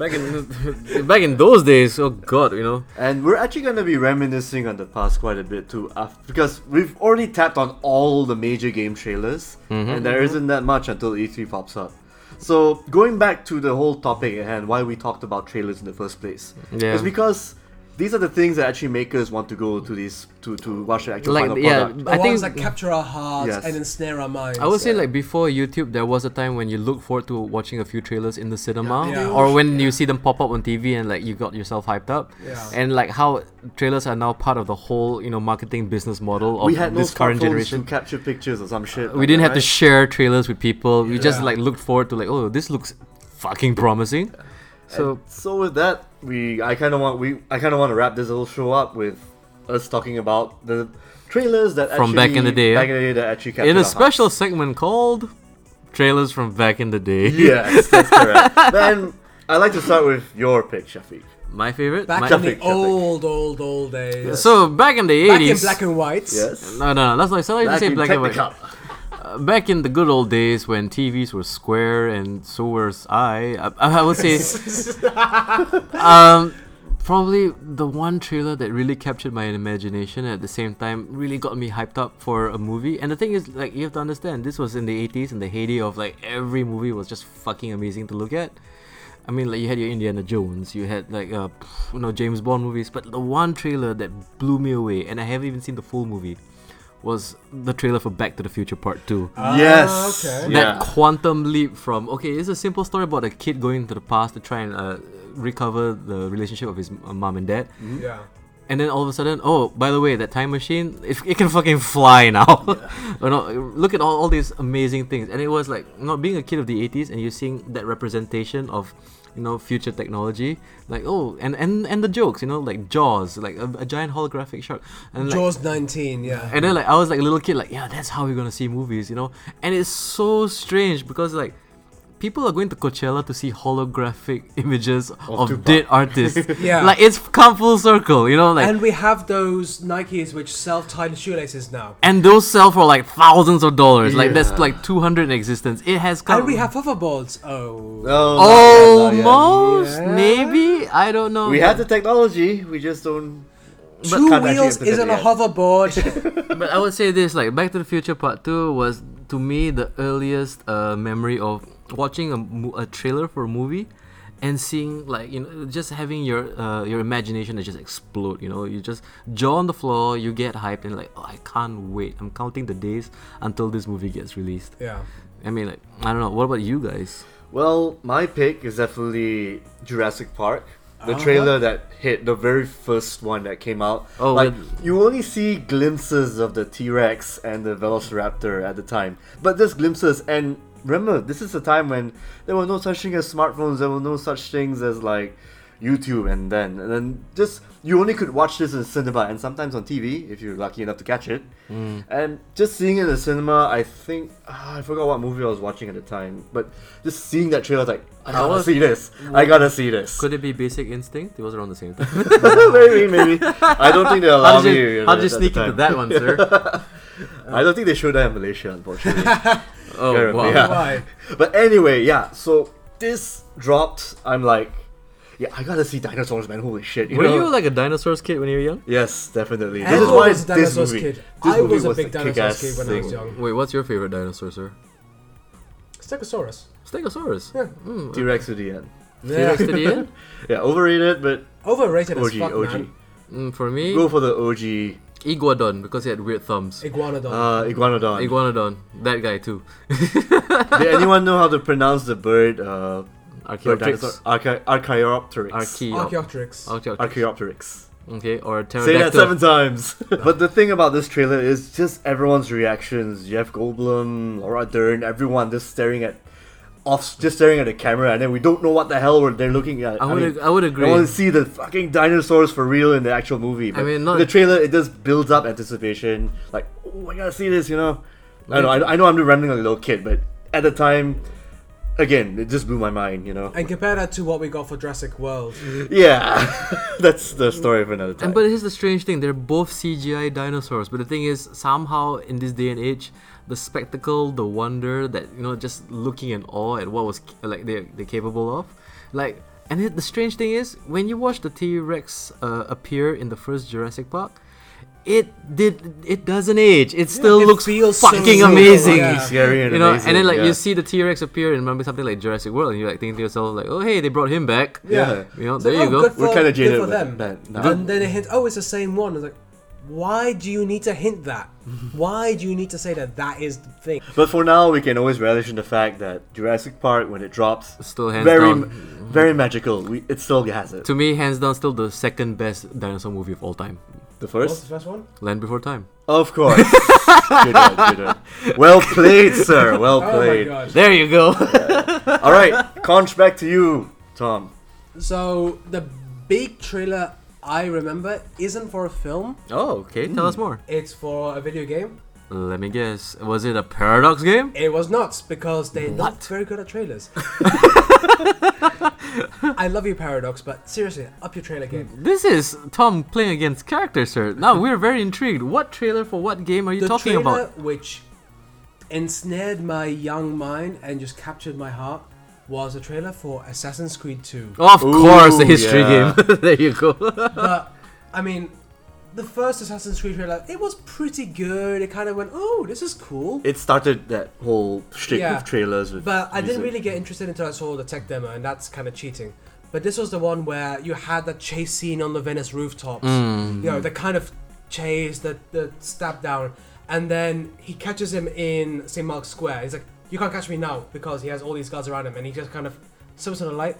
C: Back in back in those days, oh god, you know.
B: And we're actually going to be reminiscing on the past quite a bit too, af- because we've already tapped on all the major game trailers,
C: Mm-hmm.
B: and there not that much until E3 pops up. So going back to the whole topic at hand, why we talked about trailers in the first place,
C: Yeah.
B: is because these are the things that actually make us want to go to these to to watch the actual
C: Like,
B: final
C: yeah,
B: product.
A: The
C: I
A: ones
C: think
A: that capture our hearts
B: Yes.
A: and ensnare our minds.
C: I would say like before YouTube, there was a time when you look forward to watching a few trailers in the cinema,
A: Yeah. Yeah.
C: or when you see them pop up on TV and like you got yourself hyped up.
A: Yeah.
C: And like how trailers are now part of the whole you know marketing business model of
B: we had no
C: this current
B: smartphones
C: generation.
B: to capture pictures or some shit.
C: We didn't have to
B: Sh-
C: share trailers with people. We just
A: Yeah.
C: like looked forward to like, oh, this looks fucking promising. So
B: so with that, we I kind of want we I kind of want to wrap this whole show up with us talking about the trailers that
C: From
B: actually,
C: back in the day,
B: back
C: yeah.
B: in the day that actually captured
C: in
B: our
C: a
B: hearts.
C: special segment called "Trailers from Back in the Day,"
B: Yes, that's correct. then I like to start with your pick, Shafiq.
C: my favorite.
A: back
C: my-
A: in
B: Traffic,
A: the
B: traffic.
A: old, old, old days.
C: so back in the
A: Back in
C: eighties,
A: black and white.
B: Yes.
C: No, no, no. That's like so I
B: Back
C: say
B: in
C: black and white.
B: Technicolor.
C: Uh, Back in the good old days when TVs were square and so was I. I, I would say, um, probably the one trailer that really captured my imagination and at the same time really got me hyped up for a movie. And the thing is, like, you have to understand, this was in the 80s and the heyday of like every movie was just fucking amazing to look at. I mean, like you had your Indiana Jones, you had like uh, you know James Bond movies, but the one trailer that blew me away, and I haven't even seen the full movie, was the trailer for Back to the Future Part Two.
A: Ah,
B: Yes.
A: okay.
B: Yeah.
C: That quantum leap from okay, it's a simple story about a kid going to the past to try and uh, recover the relationship of his uh, mom and dad,
A: Mm-hmm. Yeah.
C: and then all of a sudden, oh, by the way, that time machine, it, it can fucking fly now. you know, look at all, all these amazing things. And it was like, you know, being a kid of the 80s and you're seeing that representation of, you know, future technology. Like, oh, and, and, and the jokes, you know, like Jaws, like a, a giant holographic shark. And like,
A: Jaws 19, yeah.
C: and then like I was like a little kid, like yeah, that's how we're gonna see movies, you know. And it's so strange because like people are going to Coachella to see holographic images of
B: Tupac.
C: dead artists.
A: Yeah.
C: like it's come full circle, you know. Like
A: and
C: and,
A: we have those Nikes which self tighten shoelaces now.
C: those sell for like thousands of dollars. Like that's
B: Yeah.
C: like two hundred in existence. It has come.
A: And we have hoverboards. Oh.
B: No, not yet, not yet.
C: almost
A: Yeah.
C: maybe I don't know.
B: We have the technology, we just don't.
A: Two
B: can't actually
A: wheels
B: implement
A: isn't
B: it
A: a
B: yet.
A: hoverboard.
C: but I would say this like Back to the Future Part Two was to me the earliest uh, memory of watching a, mo- a trailer for a movie and seeing like you know just having your uh, your imagination to just explode you know you just jaw on the floor you get hyped and like oh I can't wait I'm counting the days until this movie gets released
A: yeah.
C: I mean like I don't know what about you guys
B: Well, my pick is definitely Jurassic Park. The trailer that hit the very first one that came out.
C: Oh,
B: like
C: with-
B: you only see glimpses of the T Rex and the Velociraptor at the time, but just glimpses. And remember, this is a time when there were no such thing as smartphones. There were no such things as like YouTube, and then and then just you only could watch this in cinema and sometimes on TV if you're lucky enough to catch it.
C: Hmm.
B: And just seeing it in the cinema, I think ah, I forgot what movie I was watching at the time, but just seeing that trailer, I was like, I gotta
C: was-
B: see this. I gotta see this.
C: could it be Basic Instinct it was around the same time
B: maybe, maybe. I don't think they allow
C: how did you,
B: me.
C: how did you
B: at the
C: sneak into
B: time.
C: that one sir
B: I don't think they showed that in Malaysia, unfortunately.
C: oh wow
B: Yeah.
A: Why?
B: But anyway, yeah. So this dropped. I'm like, yeah, I gotta see dinosaurs, man. Holy shit! You
C: were
B: know?
C: you like a dinosaurs kid when you were young
B: Yes, definitely.
A: I
B: This is
A: was
B: why
A: a
B: this
A: dinosaurs
B: movie.
A: kid.
B: This
A: I
B: movie
A: was a
B: the
A: big dinosaurs
B: kick-ass
A: kid when I was
B: thing.
A: young.
C: wait what's your favorite dinosaur sir
A: Stegosaurus.
C: Stegosaurus.
A: Yeah.
C: Mm.
B: T-Rex to the end.
A: Yeah.
C: T-Rex to the end?
B: Yeah, overrated, but
A: Overrated as
B: OG,
A: fuck,
B: OG.
A: man.
C: Mm, for me,
B: Go for the OG
C: Iguanodon because he had weird thumbs.
A: Iguanodon.
B: uh, iguanodon.
C: Iguanodon, that guy too.
B: Did anyone know how to pronounce the bird? Uh, bird dinosaur? Archa-
C: Archaeopteryx.
B: Archaeopteryx.
C: Archaeo-
A: Archaeopteryx.
C: Archaeopteryx.
B: Archaeopteryx.
C: Okay, or
B: Say that
C: pterodactyl.
B: seven times. but the thing about this trailer is just everyone's reactions. Jeff Goldblum, Laura Dern, everyone just staring at, off, just staring at the camera, and then we don't know what the hell we're- they're looking at.
C: I would, I,
B: mean,
C: would
B: I
C: agree.
B: want to see the fucking dinosaurs for real in the actual movie. But
C: mean, not-
B: the trailer it just builds up anticipation. Like, oh, I gotta see this, you know. I know, I, I know, I'm rambling like a little kid, but at the time, again, it just blew my mind, you know.
A: And compare that to what we got for Jurassic World.
B: yeah, that's the story of another time.
C: And but here's the strange thing: they're both CGI dinosaurs. But the thing is, somehow in this day and age, the spectacle, the wonder that you know, just looking in awe at what was ca- like they they're capable of, like And it, the strange thing is, when you watch the T Rex uh, appear in the first Jurassic Park, it did it doesn't age. It still
A: it
C: looks
A: feels so
C: fucking
A: real,
C: amazing.
A: yeah.
B: Fucking scary and
C: you know,
B: amazing,
C: and then like
B: yeah.
C: you see the T Rex appear in maybe something like Jurassic World, and you're like thinking to yourself like, oh hey, they brought him back.
B: Yeah.
C: You know,
A: It's
C: there
A: like,
C: you
A: oh,
C: go.
A: good for-
B: We're kinda
A: good
B: jaded
A: for
B: with
A: them.
B: that now.
A: And then they hint, oh, it's the same one. It's like, why do you need to hint that? Why do you need to say that that is the thing?
B: But for now, we can always relish in the fact that Jurassic Park, when it drops,
C: Still hands
B: very,
C: down.
B: very magical. We, it still has it.
C: To me, hands down, still the second best dinosaur movie of all time.
B: The
A: What's the
B: first,
A: first one?
C: Land Before Time.
B: of course. Good one, good one. Well played, sir. Well
A: Oh my
B: played.
A: god.
C: There you go.
B: All right, conch back to you, Tom.
A: So the big trailer I remember isn't for a film.
C: oh, okay. Tell us more.
A: It's for a video game.
C: Let me guess. Was it a Paradox game?
A: It was nuts because they're
C: What?
A: not very good at trailers. I love you, Paradox, but seriously, up your trailer game.
C: This is Tom playing against characters, sir. Now we're very intrigued. What trailer for what game are you
A: the
C: talking
A: trailer
C: about?
A: which ensnared my young mind and just captured my heart was a trailer for Assassin's Creed 2.
C: Of
B: Ooh,
C: course, the history
B: yeah.
C: game. there you go.
A: but I mean, the first Assassin's Creed trailer, it was pretty good. It kind of went, "Oh, this is cool."
B: It started that whole shtick
A: Yeah.
B: of trailers. With
A: But I didn't
B: music.
A: really get interested until I saw the tech demo, and that's kind of cheating. But this was the one where you had that chase scene on the Venice rooftops. You know, the kind of chase, the, the stab down. And then he catches him in St. Mark's Square. He's like, You can't catch me now because he has all these guards around him. And he just kind of swims on the light,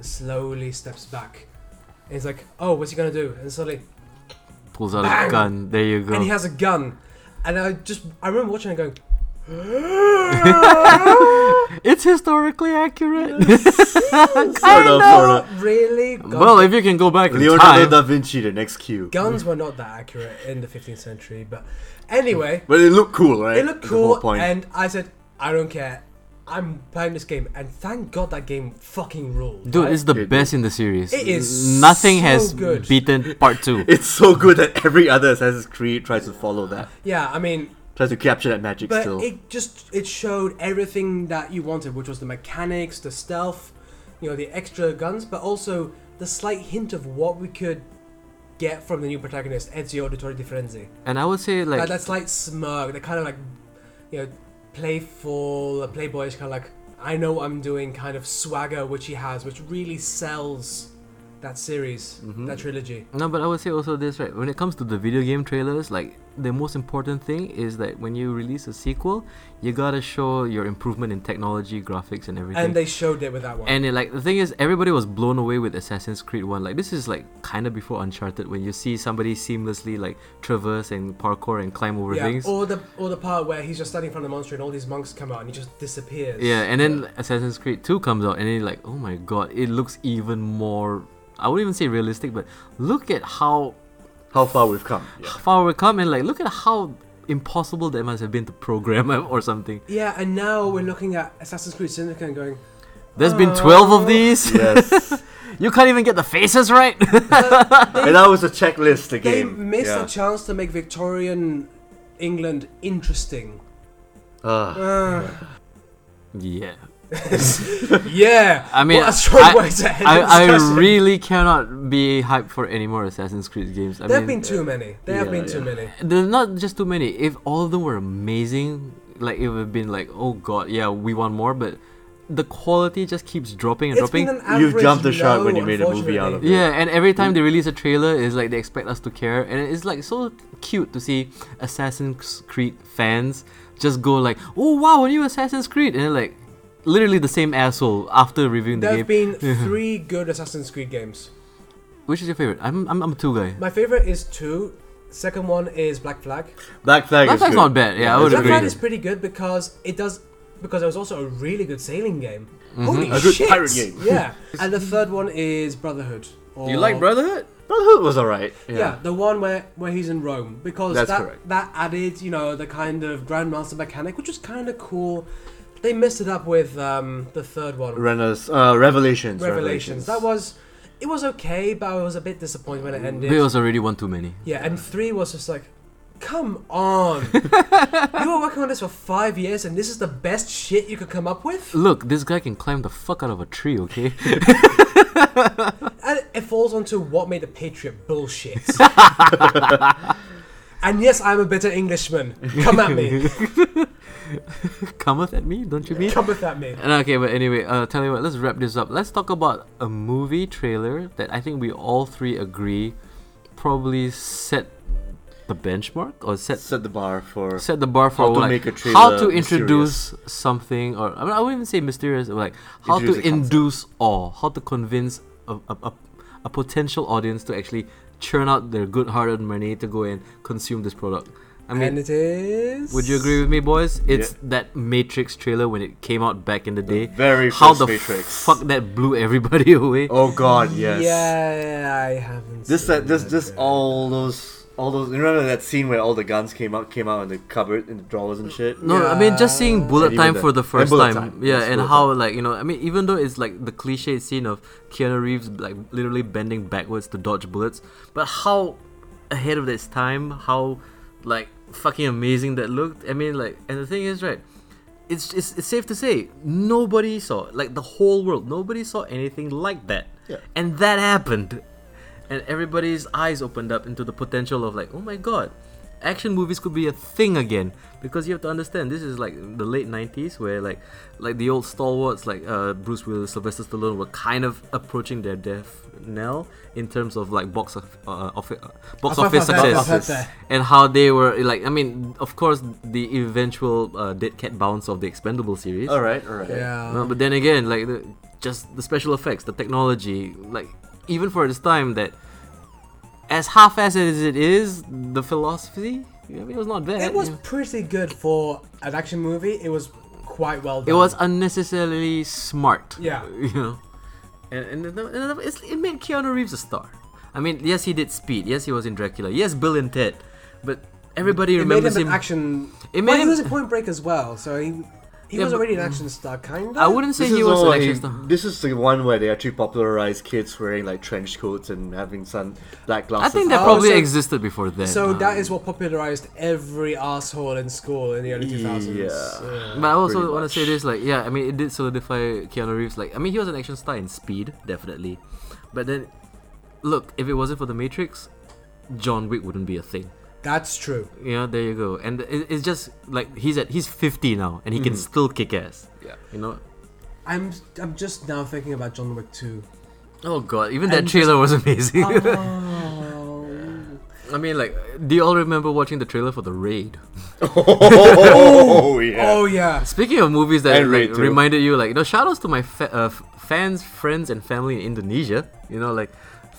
A: slowly steps back. And he's like, Oh, what's he gonna do? And suddenly,
C: Pulls out a
A: Bang!
C: gun. There you go.
A: and he has a gun. And I just, I remember watching and going,
C: it's historically accurate.
B: Sort of, sort of.
A: Not really? Guns
C: well, if you can go back in
B: Leonardo
C: time.
B: da Vinci, the next cue.
A: guns were not that accurate in the 15th century but anyway
B: But it looked cool, right?
A: it looked
B: That's the whole
A: cool
B: point.
A: and i said i don't care i'm playing this game and thank god that game fucking ruled
C: Dude,
A: right?
C: it's the
B: It-
C: best in the series.
A: It is
C: Nothing
A: so
C: has
A: good.
C: beaten part two.
B: it's so good that every other Assassin's Creed tries to follow that,
A: yeah i mean
B: tries to capture that magic
A: but
B: still.
A: it just it showed everything that you wanted which was the mechanics the stealth you know the extra guns but also the slight hint of what we could get from the new protagonist ezio auditore di firenze
C: and I would say, like,
A: Like, that's like smirk. They're kind of like, you know, playful, playboyish, kind of like, I know what I'm doing kind of swagger, which he has, which really sells that series,
C: Mm-hmm.
A: that trilogy.
C: No, but I would say also this, right? When it comes to the video game trailers, like the most important thing is that when you release a sequel, you gotta show your improvement in technology, graphics, and everything.
A: And they showed it with that one.
C: And it, like the thing is, everybody was blown away with Assassin's Creed One. Like this is like kind of before Uncharted, when you see somebody seamlessly like traverse and parkour and climb over
A: yeah, Oh,
C: things.
A: or the or the part where he's just standing in front of the monster and all these monks come out and he just disappears.
C: Yeah, and then Assassin's Creed 2 comes out, and then you're like, oh my god, it looks even more. I wouldn't even say realistic, but look at how
B: How far we've come. Yeah.
C: far we've come, and like, look at how impossible that must have been to program or something.
A: Yeah, and now we're looking at Assassin's Creed Syndicate and going,
C: There's been 12 of these.
B: yes.
C: You can't even get the faces right.
B: And that was a checklist the
A: they
B: game.
A: missed
B: yeah.
A: a chance to make Victorian England interesting.
B: Ah.
A: Uh,
C: yeah.
A: yeah.
C: I mean,
A: what a strong
C: I-
A: way to end the
C: I, I
A: discussion.
C: really cannot be hyped for any more Assassin's Creed games. I
A: There have
C: mean,
A: been too many. There have
B: yeah,
A: been too
B: yeah.
A: many.
C: there's not just too many. If all of them were amazing, like it would have been like, oh god, yeah, we want more, but the quality just keeps dropping and
A: It's
C: dropping.
A: been an
B: You
A: average
B: jumped the shark
A: low,
B: when you made a movie
A: unfortunately.
B: out of it.
C: yeah, and every time they release a trailer, it's like they expect us to care, and it's like so cute to see Assassin's Creed fans just go like, "Oh wow, a new Assassin's Creed," and then, like literally the same asshole after reviewing the
A: There
C: game.
A: have been three good Assassin's Creed games.
C: Which is your favorite? I'm I'm, I'm a two guy.
A: My favorite is two. Second one is Black Flag.
B: Black Flag
C: Black
B: is
C: Flag's
B: good.
C: not bad, yeah, I
B: it's
C: would
A: Black
B: good.
C: agree.
A: Flag is pretty good because it does because there was also a really good sailing game. Holy
B: Mm-hmm. A good
A: shit!
B: pirate game.
A: Yeah. and the third one is Brotherhood. Or,
C: Brotherhood?
B: Brotherhood was alright.
A: Yeah. the one where where he's in Rome because
B: That's
A: that
B: correct.
A: that added you know the kind of Grandmaster mechanic, which was kind of cool. They messed it up with um, the third one.
B: Renas, uh, Revelations.
A: Revelations. That was it
C: Mm.
A: was okay, but I was a bit disappointed when it ended.
C: There was already one too many.
A: yeah, and three was just like, Come on. you were working on this for five years and this is the best shit you could come up with?
C: Look, this guy can climb the fuck out of a tree, okay?
A: And it falls onto what made the Patriot bullshit. and yes, I'm a bitter Englishman. Come at me.
C: Cometh at me, don't you mean?
A: Cometh at me.
C: And okay, but anyway, uh, tell you what, let's wrap this up. Let's talk about a movie trailer that I think we all three agree probably set the benchmark or set
B: Set the bar for.
C: set the bar for
B: How to
C: like,
B: make a trailer
C: how to introduce something or I, mean, I wouldn't even say mysterious but like how
B: Introduce
C: to
B: the concept.
C: induce awe how to convince a, a, a, a potential audience to actually churn out their good-hearted money to go and consume this product I mean
A: and it is.
C: would you agree with me boys it's that Matrix trailer when it came out back in the day
B: very
C: how
B: first
C: the
B: Matrix.
C: fuck that blew everybody away
B: Oh god, yes.
A: Yeah, I haven't.
B: This
C: uh,
A: seen
B: that this
A: that
B: this
A: yet.
B: all those all those. You remember that scene where all the guns came out came out in the cupboard in the drawers and shit.
C: No, I mean just seeing bullet
B: And even
C: time
B: the-
C: for the
B: and
C: first
B: bullet
C: time,
B: time.
C: yeah,
B: Yes,
C: and
B: bullet
C: how like you know, I mean even though it's like the cliche scene of Keanu Reeves like literally bending backwards to dodge bullets, but how ahead of its time, how like fucking amazing that looked. I mean like, and the thing is right, it's it's, it's safe to say nobody saw like the whole world, nobody saw anything like that,
B: Yeah.
C: and that happened, and everybody's eyes opened up into the potential of like, oh my god, action movies could be a thing again. Because you have to understand, this is like the late '90s, where like, like the old stalwarts like uh, Bruce Willis, Sylvester Stallone were kind of approaching their death knell in terms of like box of, uh, of, uh, box
A: I've
C: office
A: heard that, I've
C: success
A: heard that.
C: and how they were like. I mean, of course, the eventual uh, dead cat bounce of the Expendable series.
B: All right, all right.
A: Yeah.
C: No, but then again, like the, just the special effects, the technology, like even for this time, that as half-assed as it is, the philosophy, I mean, it was not bad.
A: It was
C: you know.
A: pretty good for an action movie. It was quite well done.
C: It was unnecessarily smart.
A: Yeah.
C: You know, and and, and, and it's, it made Keanu Reeves a star. I mean, yes, he did Speed. Yes, he was in Dracula. Yes, Bill and Ted. But everybody
A: It made
C: remembers
A: him an
C: him.
A: action.
C: It
A: It
C: made
A: he
C: him-
A: was a Point Break as well, so he he
C: Yeah,
A: was
C: but- mm.
A: already an action star, kind of.
C: I wouldn't say
B: This
C: he
B: is,
C: was
B: all
C: an action
B: like-
C: star.
B: this is the one where they actually popularized kids wearing like trench coats and having sun black
C: I
B: glasses.
C: think that
A: Oh,
C: probably
A: so-
C: existed before then.
A: So
C: uh,
A: that is what popularized every asshole in school in the early 2000s.
B: Yeah.
C: But I
B: pretty
C: also want to say
B: much.
C: this, like, yeah, I mean, it did solidify Keanu Reeves. Like, I mean, he was an action star in Speed, definitely. But then, look, if it wasn't for The Matrix, John Wick wouldn't be a thing.
A: That's true.
C: You know, there you go. And it, it's just like he's at he's 50 now, and he can still kick ass.
B: Mm-hmm. Yeah.
C: You know.
A: I'm I'm just now thinking about John Wick 2.
C: Oh god, even that
A: And just-
C: trailer was amazing.
A: Oh.
C: I mean, like, do you all remember watching the trailer for The Raid?
B: oh yeah.
A: oh yeah.
C: Speaking of movies that
B: And
C: like,
B: Raid 2.
C: reminded you, like, you know, shout outs to my fa- uh, f- fans, friends, and family in Indonesia. You know, like,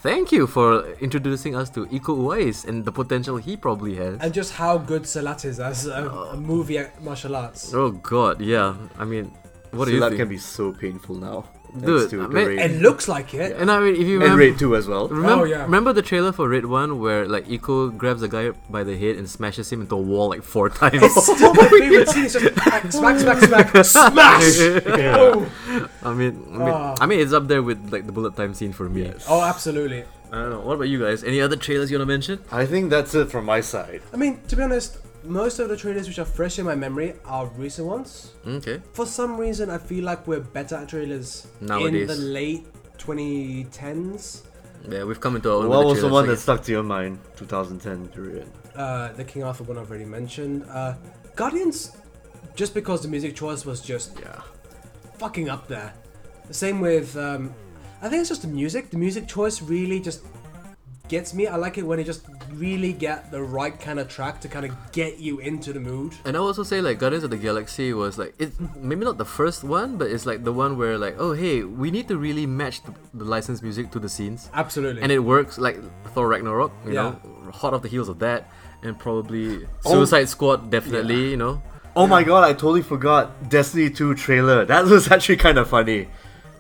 C: thank you for introducing us to Iko Uwais and the potential he probably has.
A: And just how good Salat is as a, a movie at martial arts.
C: oh god, yeah. I mean, what
B: So
C: do you
B: that
C: think?
B: can be so painful now. Thanks
C: Dude,
B: to
C: I
B: the
C: mean-
B: raid.
A: It looks like it.
C: and um, I mean, if you
B: and
C: remember,
B: raid two as well.
C: remember,
A: Oh, yeah.
C: remember the trailer for Red One where like Iko grabs a guy by the head and smashes him into a wall like four times.
A: It's still my favorite scene. It's just smack, smack, smack, smack, smash. Oh.
C: I mean, I mean,
A: Ah.
C: I mean, it's up there with like the bullet time scene for me.
A: oh, absolutely.
C: I don't know. What about you guys? Any other trailers you wanna mention?
B: I think that's it from my side.
A: I mean, to be honest, most of the trailers which are fresh in my memory are recent ones.
C: Okay.
A: For some reason, I feel like we're better at trailers in
C: Nowadays.
A: the late 2010s.
C: Yeah, we've come into our own.
B: What
C: with
B: was
C: the
B: the
C: trailers,
B: one that
C: I
B: stuck to your mind? 2010 period.
A: Uh, the King Arthur one I've already mentioned. Uh, Guardians, just because the music choice was just
B: Yeah.
A: fucking up there. The same with, um, I think it's just the music. The music choice really just gets me. I like it when it just really get the right kind of track to kind of get you into the mood.
C: guess. And I would also say like Guardians of the Galaxy was like it maybe not the first one, but it's like the one where like oh hey we need to really match the, the licensed music to the scenes,
A: Absolutely.
C: and it works like Thor Ragnarok, you
A: Yeah.
C: know, hot off the heels of that, and probably
B: Oh.
C: Suicide Squad definitely, you know.
B: Oh my god, I totally forgot Destiny 2 trailer. That was actually kind of funny.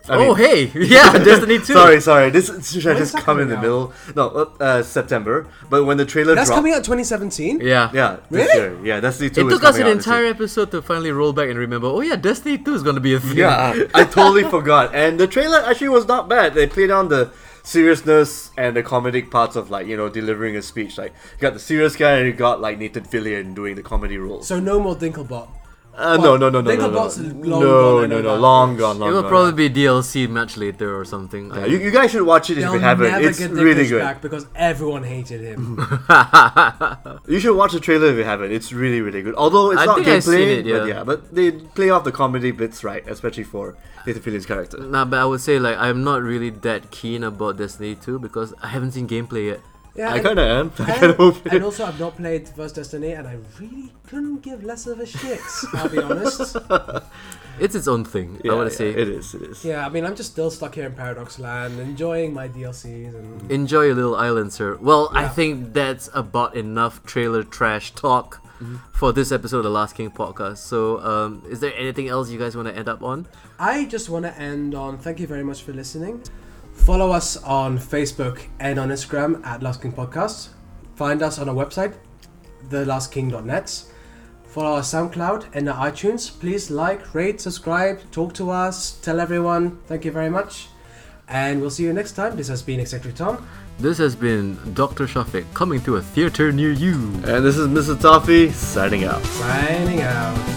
B: I mean-
C: oh hey yeah Destiny two.
B: Sorry, sorry. This should I
A: When's
B: just
A: that
B: come in the
A: coming
B: middle? No, uh, uh, September. But when the trailer
A: That's
B: dropped,
A: coming out 2017.
C: Yeah.
B: yeah, this
A: Really?
B: year. Yeah, Destiny
C: It
B: Two. is
C: took us
B: coming
C: an
B: out this year.
C: entire episode to finally roll back and remember. Oh yeah, Destiny two is gonna be a thing.
B: Yeah, I totally forgot. And the trailer actually was not bad. They played on the seriousness and the comedic parts of like you know delivering a speech. Like you got the serious guy and you got like Nathan Fillion doing the comedy role.
A: So no more Dinklebot.
B: uh, no,
A: well,
B: no, no, no, no, no,
A: Dinklebot's
B: no,
A: long
B: no,
A: gone, I
B: no,
A: know
B: no,
A: that.
B: long gone, long
C: It will
B: gone.
C: probably be DLC much later or something.
B: Yeah, you, you guys should watch it if
A: They'll
B: you haven't.
A: never
B: It's
A: get
B: really
A: Dinklage
B: good.
A: back because everyone hated him.
B: You should watch the trailer if you haven't. It's really, really good. Although it's
C: I
B: not
C: think
B: gameplay,
C: I've seen it,
B: but
C: yeah.
B: yeah, but they play off the comedy bits right, especially for Nathan Fillion's character.
C: Nah, but I would say like I'm not really that keen about Destiny 2 because I haven't seen gameplay yet.
A: yeah,
B: I
A: and-
B: kind of am. I kind
A: And,
B: of hope.
A: and also, I've not played First Destiny, and I really couldn't give less of a shit. I'll be honest.
C: It's its own thing.
B: Yeah,
C: I want
B: yeah,
C: to say
B: it is. It is.
A: Yeah, I mean, I'm just still stuck here in Paradox Land, enjoying my DLCs and
C: enjoy your little island, sir. Well, I
A: Yeah.
C: think that's about enough trailer trash talk
B: Mm-hmm.
C: for this episode of the Last King podcast. So, um, is there anything else you guys want to end up on?
A: I just want to end on thank you very much for listening. Follow us on Facebook and on Instagram at Last King Podcast. Find us on our website, thelastking.net. Follow our SoundCloud and our iTunes. Please like, rate, subscribe, talk to us, tell everyone. Thank you very much. And we'll see you next time. This has been Executive Tom.
C: This has been Dr. Shafiq coming to a theater near you.
B: And this is Mr. Toffee signing out.
A: Signing out.